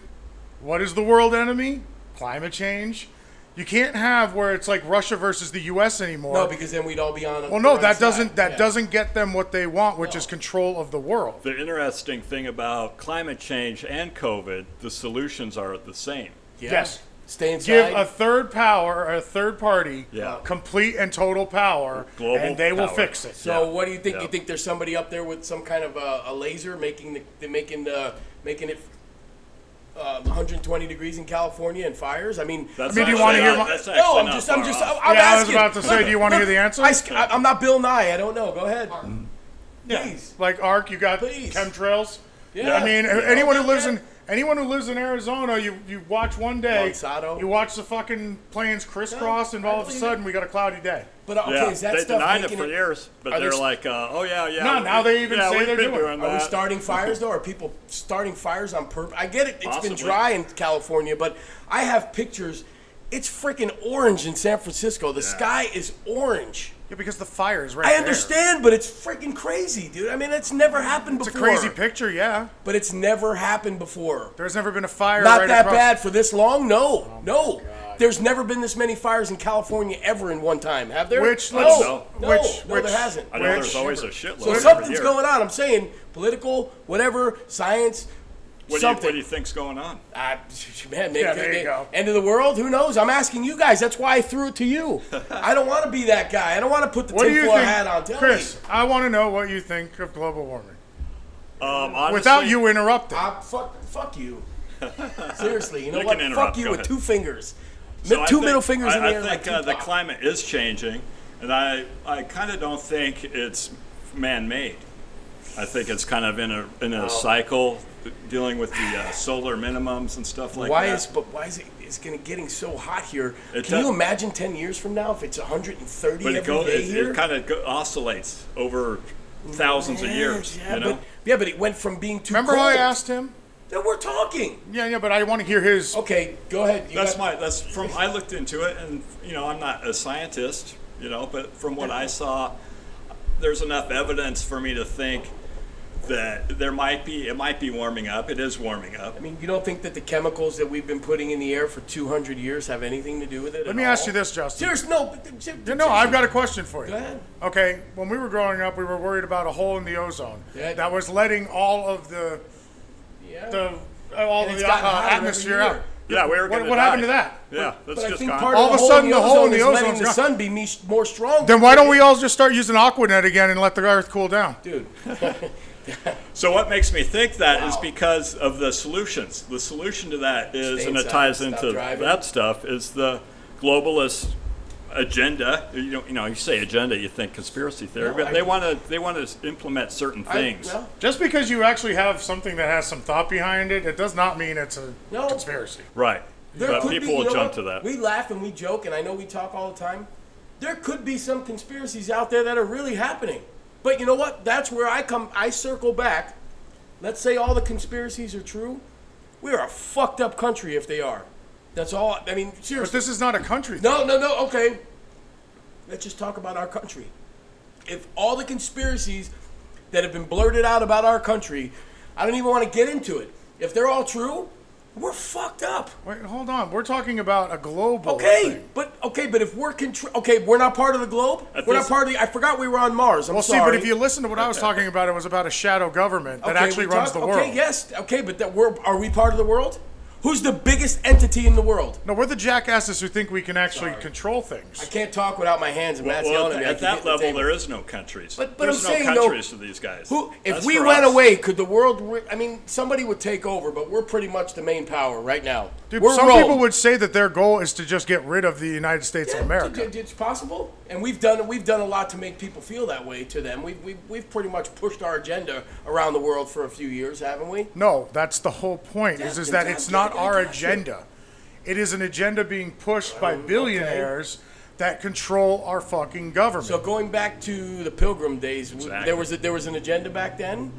S2: What is the world enemy? Climate change. You can't have where it's like Russia versus the U.S. anymore.
S1: No, because then we'd all be on.
S2: Well, Oh, no, that doesn't that doesn't get them what they want, which
S1: No.
S2: is control of the world.
S3: The interesting thing about climate change and COVID, the solutions are the same.
S2: Yes.
S1: Stay inside.
S2: Give a third power or a third party
S3: Yeah.
S2: complete and total power,
S3: Global
S2: and they will
S3: power.
S2: fix it.
S1: So
S3: Yeah.
S1: what do you think?
S3: Yeah.
S1: You think there's somebody up there with some kind of a, a laser making the, the making the making it uh, 120 degrees in California and fires? I mean,
S3: That's
S2: I mean, do you
S3: actually
S2: wanna hear
S3: not-
S2: my-
S3: that's
S1: no,
S3: actually
S1: I'm
S3: not
S1: just, I'm
S3: far
S1: just,
S3: off.
S1: I'm, I'm
S2: Yeah, I was
S1: asking.
S2: about to say,
S1: Look,
S2: do you wanna hear
S1: look,
S2: the answer?
S1: I, sk- I- I'm not Bill Nye. I don't know. Go ahead.
S3: Mm.
S1: Please.
S2: Like Arc, you got
S1: Please.
S2: chemtrails.
S1: Yeah.
S2: I mean, anyone who
S1: Okay.
S2: lives in anyone who lives in Arizona, you you watch one day,
S1: Monsanto.
S2: you watch the fucking planes crisscross, and all of a
S1: believe
S2: sudden we got a cloudy day.
S1: But uh, okay,
S3: Yeah,
S1: is that
S3: they
S1: stuff
S3: denied it
S1: making
S3: for years, but
S1: are
S3: they're
S1: they-
S3: like, uh, oh yeah, yeah.
S2: No,
S3: we-
S2: now they even
S3: yeah,
S2: say
S3: we've
S2: they're
S3: been
S2: doing it.
S3: doing
S1: Are we
S3: that.
S1: starting fires though? Are people starting fires on purpose? I get it. It's
S3: Possibly.
S1: been dry in California, but I have pictures. It's freaking orange in San Francisco. The sky is orange.
S2: Yeah, because the fire is right.
S1: I
S2: there.
S1: understand, but it's freaking crazy, dude. I mean, that's never happened
S2: It's a
S1: before.
S2: crazy picture. Yeah,
S1: but it's never happened before.
S2: there's never been a fire.
S1: Not
S2: right
S1: that
S2: across- Oh
S1: bad for this long. No, no. There's never been this many fires in California ever in one time, have there?
S2: Which
S1: no,
S2: let's-
S1: no,
S2: which-
S1: no,
S2: which-
S1: there hasn't.
S3: I know there's
S2: Which-
S3: always a shitload.
S1: So
S3: every
S1: something's
S3: year.
S1: going on. I'm saying political, whatever, science,
S3: What do, you,
S1: something.
S3: what do you think's going on?
S1: Ah, man,
S2: Yeah,
S1: maybe,
S2: there you
S1: maybe-
S2: go.
S1: end of the world. Who knows? I'm asking you guys. That's why I threw it to you. I don't want to be that guy. I don't want to put the
S2: What do you
S1: tinfoil
S2: think,
S1: hat on. Tell
S2: Chris?
S1: me.
S2: I want to know what you think of global warming
S3: Um, honestly,
S2: without you interrupting.
S1: I, fuck, fuck you. Seriously, you know
S3: You
S1: what?
S3: can
S1: Fuck
S3: interrupt.
S1: you
S3: Go
S1: with
S3: ahead.
S1: two fingers,
S3: so
S1: Mi-
S3: I
S1: two
S3: think-
S1: middle fingers
S3: I,
S1: in the
S3: I
S1: air.
S3: think
S1: like
S3: uh, the
S1: Tupac.
S3: climate is changing, and I I kind of don't think it's man-made. I think it's kind of in a in a cycle, dealing with the uh, solar minimums and stuff like
S1: why
S3: that.
S1: is but why is it? It's gonna getting so hot here.
S3: It
S1: Can you
S3: does-
S1: imagine ten years from now if it's 130
S3: but
S1: every
S3: it goes
S1: day
S3: it,
S1: here?
S3: it kind of go- oscillates over thousands of years.
S1: Yeah,
S3: you know,
S1: but, yeah, but it went from being too
S2: Remember how
S1: cold.
S2: I asked him?
S1: Then we're talking.
S2: Yeah, yeah, but I want to hear his.
S1: Okay, go ahead. You
S3: That's
S1: got-
S3: my that's from I looked into it, and you know I'm not a scientist, you know, but from what I saw, there's enough evidence for me to think that there might be it might be warming up. It is warming up.
S1: I mean, you don't think that the chemicals that we've been putting in the air for 200 years have anything to do with it?
S2: Let me ask you this, Justin.
S1: There's no. but th- th-
S2: No, I've got a question for you.
S1: Go ahead.
S2: Okay, when we were growing up, we were worried about a hole in the ozone
S1: Yeah.
S2: that was letting all of the
S1: Yeah.
S2: the all
S1: And
S2: of
S1: it's
S2: the
S1: gotten
S2: uh,
S1: hotter every
S2: atmosphere
S1: year.
S2: out.
S3: Yeah, we were.
S2: What-
S3: gonna
S2: what happened
S3: die.
S2: to that?
S3: Yeah, that's
S1: but I
S3: just
S1: think
S3: gone.
S1: part
S2: All
S1: of
S2: of a
S1: the
S2: sudden,
S1: hole in the ozone is
S2: ozone's
S1: letting the
S2: gone.
S1: sun be me- more strong.
S2: Then why don't we all just start using Aquanet again and let the Earth cool down?
S1: dude?
S3: So what makes me think that is
S1: Wow.
S3: because of the solutions. The solution to that is,
S1: Stay
S3: and it
S1: inside,
S3: ties
S1: stop
S3: into
S1: driving.
S3: that stuff, is the globalist agenda. You know, you know, you say agenda, you think conspiracy theory,
S1: No,
S3: but
S1: I-
S3: they want to they want to implement certain things.
S1: I, well,
S2: Just because you actually have something that has some thought behind it, it does not mean it's a
S1: No.
S2: conspiracy.
S3: right.
S1: there
S3: but
S1: could
S3: people
S1: be, you
S3: will
S1: know
S3: jump
S1: what?
S3: to that.
S1: We laugh and we joke, and I know we talk all the time. There could be some conspiracies out there that are really happening. But you know what? That's where I come. I circle back. Let's say all the conspiracies are true. We are a fucked up country if they are. That's all. I mean, seriously.
S2: But this is not a country. thing.
S1: No, no, no. Okay. Let's just talk about our country. If all the conspiracies that have been blurted out about our country, I don't even want to get into it. If they're all true, we're fucked up.
S2: Wait, hold on. We're talking about a global.
S1: Okay,
S2: thing.
S1: but okay, but if we're contr- okay, we're not part of the globe.
S3: At
S1: We're not
S3: this-
S1: part of the. I forgot we were on Mars. I'm
S2: Well, see,
S1: sorry.
S2: but if you listen to what I was talking about, it was about a shadow government that
S1: Okay,
S2: actually
S1: we
S2: runs
S1: talk-
S2: the world.
S1: Okay, yes. Okay, but that we're are we part of the world? Who's the biggest entity in the world?
S2: No, we're the jackasses who think we can actually control things.
S1: I can't talk without my hands and Matt's
S3: well,
S1: yelling at
S3: at,
S1: me. I
S3: at
S1: keep
S3: that
S1: hitting the
S3: level,
S1: table.
S3: there is no countries.
S1: But- but
S3: There's
S1: I'm
S3: no
S1: saying, though,
S3: countries to these guys.
S1: Who, if
S3: That's
S1: we
S3: for
S1: went
S3: us.
S1: away, could the world? Re- I mean, somebody would take over, but we're pretty much the main power right now.
S2: Dude,
S1: we're
S2: some
S1: Rome.
S2: people would say that their goal is to just get rid of the United States of
S1: Yeah,
S2: America.
S1: it- It's possible, and we've done we've done a lot to make people feel that way. To them, we've we've, we've pretty much pushed our agenda around the world for a few years, haven't we?
S2: No, that's the whole point. Is
S1: Yeah,
S2: is that
S1: I'm
S2: it's
S1: getting-
S2: not
S1: I'm
S2: our
S1: getting-
S2: agenda. It is an agenda being pushed by billionaires that control our fucking government.
S1: So going back to the Pilgrim days, w-
S3: Exactly.
S1: there was a, there was an agenda back then.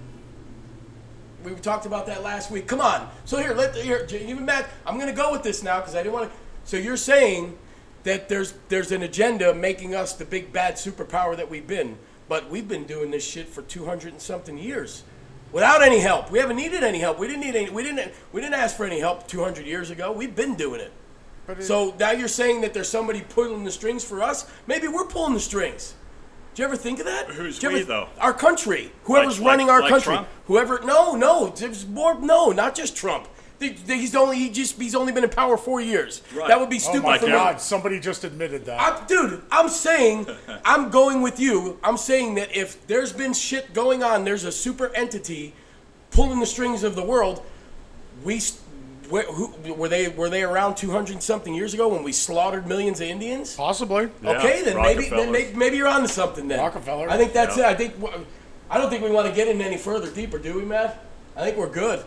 S1: We talked about that last week. Come on. So here, let here, J- even Matt. I'm going to go with this now because I didn't want to. So you're saying that there's there's an agenda making us the big bad superpower that we've been, but we've been doing this shit for 200 and something years. Without any help, we haven't needed any help. We didn't need any. We didn't. We didn't ask for any help 200 years ago. We've been doing it. So now you're saying that there's somebody pulling the strings for us? Maybe we're pulling the strings. Do you ever think of that?
S3: Who's
S1: Do you
S3: we, though?
S1: Our country. Whoever's
S3: Like-
S1: running
S3: like-
S1: our
S3: like
S1: country.
S3: Trump?
S1: Whoever. No, no. There's more. No, not just Trump. The- the- He's only he just he's only been in power four years.
S3: Right.
S1: That would be
S3: Oh
S2: oh
S1: stupid
S2: my
S1: for me.
S2: God! Somebody just admitted that.
S1: I'm, dude, I'm saying, I'm going with you. I'm saying that if there's been shit going on, there's a super entity pulling the strings of the world. We s- where, who, were they were they around 200 and something years ago when we slaughtered millions of Indians?
S2: Possibly.
S1: okay, then maybe
S3: Rockefellers.
S1: then maybe, maybe you're onto something then.
S2: Rockefeller.
S1: I think that's
S3: Yeah.
S1: it. I think w- I don't think we want to get in any further deeper, do we, Matt? I think we're good.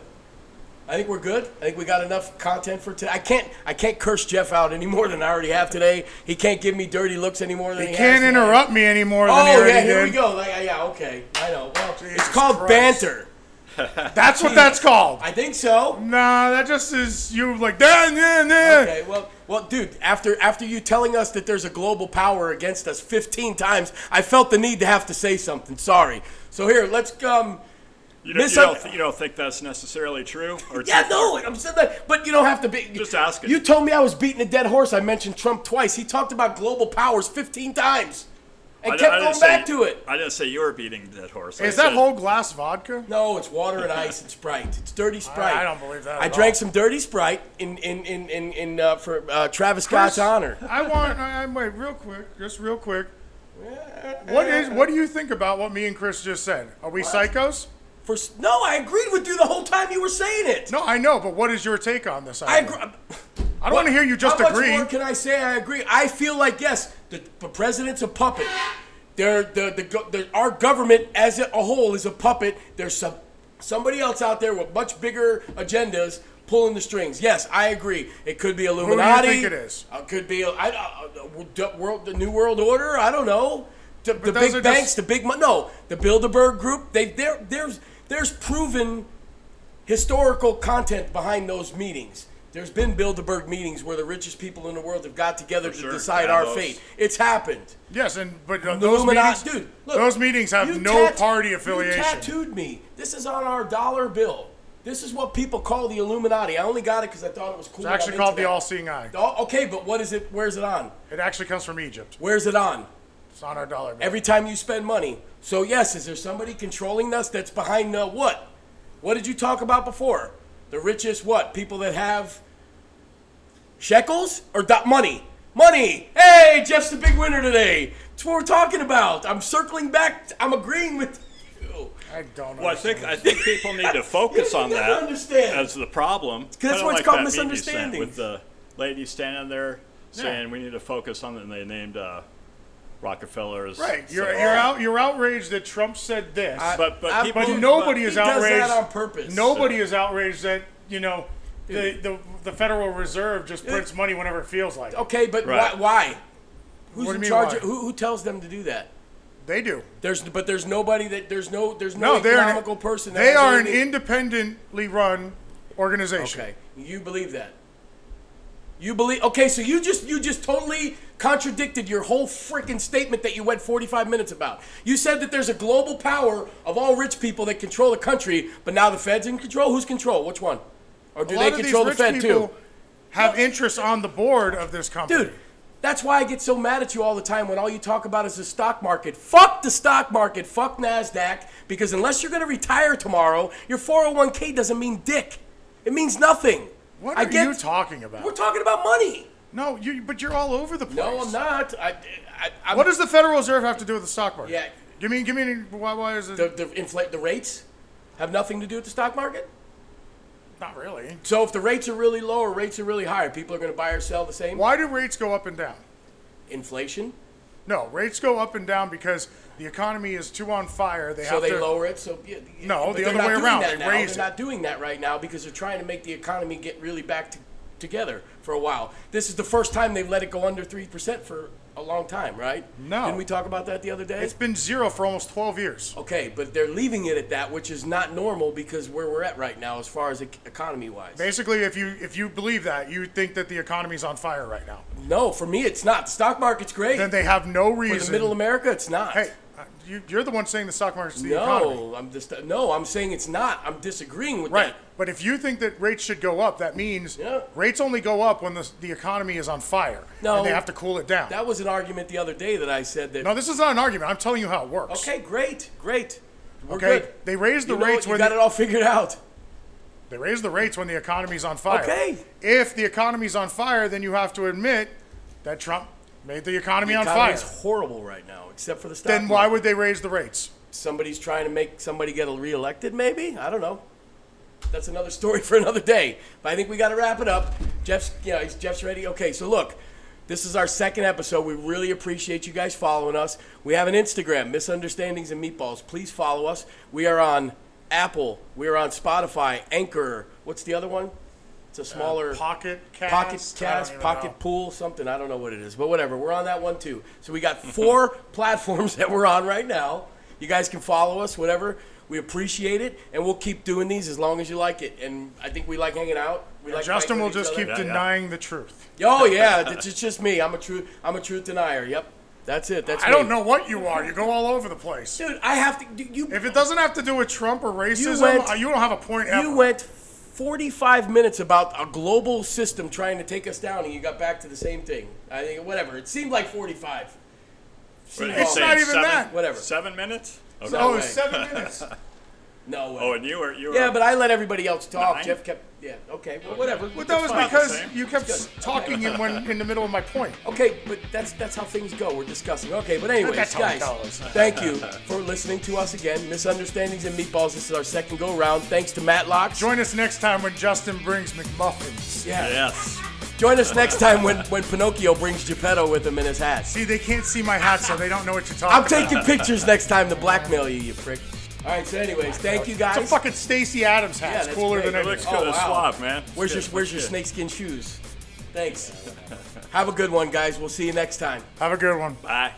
S1: I think we're good. I think we got enough content for today. I can't I can't curse Jeff out any more than I already have today. He can't give me dirty looks any more than he,
S2: He
S1: has
S2: can't
S1: today.
S2: interrupt me anymore than he
S1: Oh
S2: already
S1: yeah, here
S2: did.
S1: we go. Like, yeah, okay. I know. Well, it's
S2: Jesus
S1: called
S2: Christ.
S1: banter.
S2: That's what that's called.
S1: I think so.
S2: Nah, that just is you like that. Nah, nah.
S1: Okay, well, well, dude. After after you telling us that there's a global power against us 15 times, I felt the need to have to say something. Sorry. So here, let's um.
S3: You don't,
S1: Misun-
S3: you, don't, th- you don't think that's necessarily true? Or
S1: Yeah,
S3: too
S1: no,
S3: far?
S1: I'm saying that, but you don't have to be.
S3: Just asking.
S1: You told me I was beating a dead horse. I mentioned Trump twice. He talked about global powers 15 times, and
S3: I d-
S1: kept
S3: I didn't
S1: going back
S3: say-
S1: to it.
S3: I didn't say you were beating that horse. I
S2: Is that
S3: said-
S2: whole glass vodka?
S1: No, it's water and ice and Sprite. It's dirty Sprite.
S2: I don't believe that
S1: I
S2: at
S1: drank
S2: all.
S1: some dirty Sprite in in in in, in uh, for uh, Travis Scott's honor.
S2: I want. I, I, wait, real quick, just real quick. What is? What do you think about what me and Chris just said? Are we psychos?
S1: For s- no, I agreed with you the whole time you were saying it.
S2: No, I know, but what is your take on this?
S1: I
S2: I,
S1: agree.
S2: I don't want to hear you just
S1: How
S2: agree.
S1: much more can I say? I agree. I feel like yes, the, the president's a puppet. They're, the, the, go- the, our government as a whole is a puppet. There's some somebody else out there with much bigger agendas pulling the strings. Yes, I agree. It could be Illuminati.
S2: think it is?
S1: Uh, could be uh, I, uh, uh, the world, the New World Order. I don't know. The, the
S2: those
S1: big
S2: are just-
S1: banks, the big mon- no, the Bilderberg Group. They there there's there's proven historical content behind those meetings. There's been Bilderberg meetings where the richest people in the world have got together
S3: For
S1: to
S3: sure,
S1: decide
S3: yeah,
S1: our
S3: those.
S1: fate. It's happened.
S2: Yes, and but uh,
S1: The
S2: those meetings,
S1: Illuminati- dude, look,
S2: those meetings have
S1: you
S2: no
S1: tat-
S2: party
S1: You
S2: affiliation.
S1: tattooed me. This is on our dollar bill. This is what people call the Illuminati. I only got it because I thought it was cool.
S2: It's actually
S1: I'm
S2: called
S1: into
S2: the
S1: that.
S2: All Seeing Eye.
S1: Oh, Okay, but what is it? Where's it on?
S2: It actually comes from Egypt.
S1: Where's it on?
S2: It's on our dollar bill.
S1: Every time you spend money. So yes, is there somebody controlling us that's behind the what? What did you talk about before? The richest what? People that have shekels or do- money? Money. Hey, Jeff's the big winner today. That's what we're talking about. I'm circling back. I'm agreeing with you.
S2: I don't know.
S3: Well, I think I think people need to focus on
S1: never
S3: that
S1: understand.
S3: as the problem.
S1: that's
S3: Kinda
S1: why it's
S3: like
S1: called
S3: that meme you sent
S1: misunderstandings.
S3: With the lady standing there saying we need to focus on, it, and they named uh, Rockefeller's.
S2: right. You're
S3: so-
S2: you're out you're outraged that Trump said this.
S3: But but
S1: I-
S3: people,
S2: but nobody
S1: He
S2: is
S1: does
S2: outraged.
S1: that on purpose.
S2: Nobody is outraged that you know the, the the Federal Reserve just prints money whenever it feels like. it.
S1: Okay, but
S3: Right.
S1: why? why? Who's
S2: What
S1: in
S2: do you mean,
S1: charge?
S2: why?
S1: Of, who, who tells them to do that?
S2: They do.
S1: There's but there's nobody that there's no there's no,
S2: No, they're an-
S1: economical person. That
S2: They
S1: has
S2: are an
S1: anything-
S2: independently run organization.
S1: Okay, you believe that? You believe? Okay, so you just you just totally contradicted your whole freaking statement that you went 45 minutes about. You said that there's a global power of all rich people that control the country, but now the Fed's in control. Who's control? Which one? Or do
S2: A
S1: they
S2: lot of these
S1: control the
S2: rich
S1: Fed
S2: people
S1: too?
S2: have interests on the board of this company.
S1: Dude, that's why I get so mad at you all the time when all you talk about is the stock market. Fuck the stock market. Fuck NASDAQ. Because unless you're going to retire tomorrow, your 401k doesn't mean dick. It means nothing.
S2: what
S1: I
S2: are
S1: get,
S2: you talking about?
S1: We're talking about money.
S2: no, you but you're all over the place.
S1: No, I'm not. I, I, I'm,
S2: What does the Federal Reserve have to do with the stock market?
S1: Yeah.
S2: Give me, give me. any- Why, why is it?
S1: the, the inflate the rates have nothing to do with the stock market?
S2: not really.
S1: So if the rates are really low or rates are really high, people are going to buy or sell the same.
S2: Why do rates go up and down?
S1: Inflation.
S2: No, rates go up and down because the economy is too on fire. They
S1: So
S2: have
S1: they
S2: to.
S1: lower it. So yeah,
S2: No,
S1: but
S2: the
S1: they're
S2: other
S1: not
S2: way
S1: doing
S2: around.
S1: that
S2: They
S1: now.
S2: raise
S1: they're
S2: it.
S1: not doing that right now because they're trying to make the economy get really back to, together for a while. This is the first time they've let it go under three percent for a long time, right?
S2: No.
S1: Didn't we talk about that the other day?
S2: It's been zero for almost 12 years.
S1: okay, but they're leaving it at that, which is not normal because where we're at right now, as far as e-, economy wise.
S2: Basically, if you if you believe that, you think that the economy's on fire right now.
S1: No, for me, it's not. The stock market's great.
S2: Then they have no
S1: for
S2: reason.
S1: the middle America, it's not.
S2: hey, uh, you, you're the one saying the stock market's the economy.
S1: no, I'm just no. I'm saying it's not. I'm disagreeing with
S2: Right.
S1: that.
S2: But if you think that rates should go up, that means
S1: Yeah.
S2: rates only go up when the, the economy is on fire.
S1: No.
S2: And they have to cool it down.
S1: That was an argument the other day that I said that.
S2: no, this is not an argument. I'm telling you how it works.
S1: Okay, great, great. We're
S2: Okay?
S1: good.
S2: They raise the
S1: You know what?
S2: rates
S1: you
S2: when
S1: got
S2: the-
S1: it all figured out.
S2: They raise the rates when the economy's on fire.
S1: Okay.
S2: If the economy's on fire, then you have to admit that Trump made the economy on
S1: Economy
S2: fire.
S1: is horrible right now, except for the stock.
S2: Then why
S1: market.
S2: would they raise the rates?
S1: somebody's trying to make somebody get reelected? Maybe I don't know. That's another story for another day. But I think we got to wrap it up. Jeff's yeah, he's- Jeff's ready. Okay, so look. This is our second episode. We really appreciate you guys following us. We have an Instagram, Misunderstandings and Meatballs. Please follow us. We are on Apple. We are on Spotify, Anchor. What's the other one? It's a smaller
S2: Pocket cast.
S1: Pocket Cast, Pocket Pool, something. I don't know what it is, but whatever. We're on that one too. So we got four platforms that we're on right now. You guys can follow us, whatever. We appreciate it, and we'll keep doing these as long as you like it. And I think we like hanging out. We like
S2: Justin
S1: fighting
S2: will
S1: with each
S2: just
S1: other.
S2: keep
S3: Yeah, yeah.
S2: denying the truth.
S1: Oh yeah, it's just- just me. I'm a true. I'm a truth denier. Yep, that's it. That's
S2: I
S1: me.
S2: don't know what you are. You go all over the place.
S1: dude. I have to. dude, You
S2: If it doesn't have to do with Trump or racism,
S1: went-
S2: uh, you don't have a point ever.
S1: You went 45 minutes about a global system trying to take us down, and you got back to the same thing. I think whatever. It seemed like 45. Seemed
S3: What are
S1: long.
S3: they
S2: It's
S3: saying,
S2: not even
S3: seven-
S2: that.
S1: Whatever.
S3: Seven minutes. Okay.
S1: So-
S2: oh,
S1: way.
S2: it's seven minutes.
S1: No way.
S3: oh, and you were you were.
S1: yeah, but I let everybody else talk.
S3: Nine?
S1: Jeff kept. Yeah. Okay. Well, whatever.
S2: But that was
S1: It's fine.
S2: because
S3: same.
S2: you kept s- talking in, when, in the middle of my point.
S1: Okay, but that's that's how things go. We're discussing. Okay, but anyways,
S2: That's how it
S1: guys,
S2: goes.
S1: thank you for listening to us again. Misunderstandings and meatballs. This is our second go round. Thanks to Matlock.
S2: Join us next time when Justin brings McMuffins.
S1: yeah.
S3: Yes.
S1: Join us next time when when Pinocchio brings Geppetto with him in his hat.
S2: See, they can't see my hat, so they don't know what you're talking
S1: I'm
S2: about.
S1: taking pictures next time to blackmail you, you prick. All right. So, anyways, thank you guys.
S2: It's a fucking Stacy Adams hat.
S1: Yeah,
S2: it's
S1: that's
S2: cooler
S1: great.
S2: than
S3: It
S2: any.
S3: looks
S1: Oh,
S3: good. It's
S1: wow.
S3: suave, man. It's
S1: Where's your
S3: good.
S1: Where's your
S3: Good.
S1: snakeskin shoes? Thanks. Have a good one, guys. We'll see you next time.
S2: Have a good one.
S3: Bye.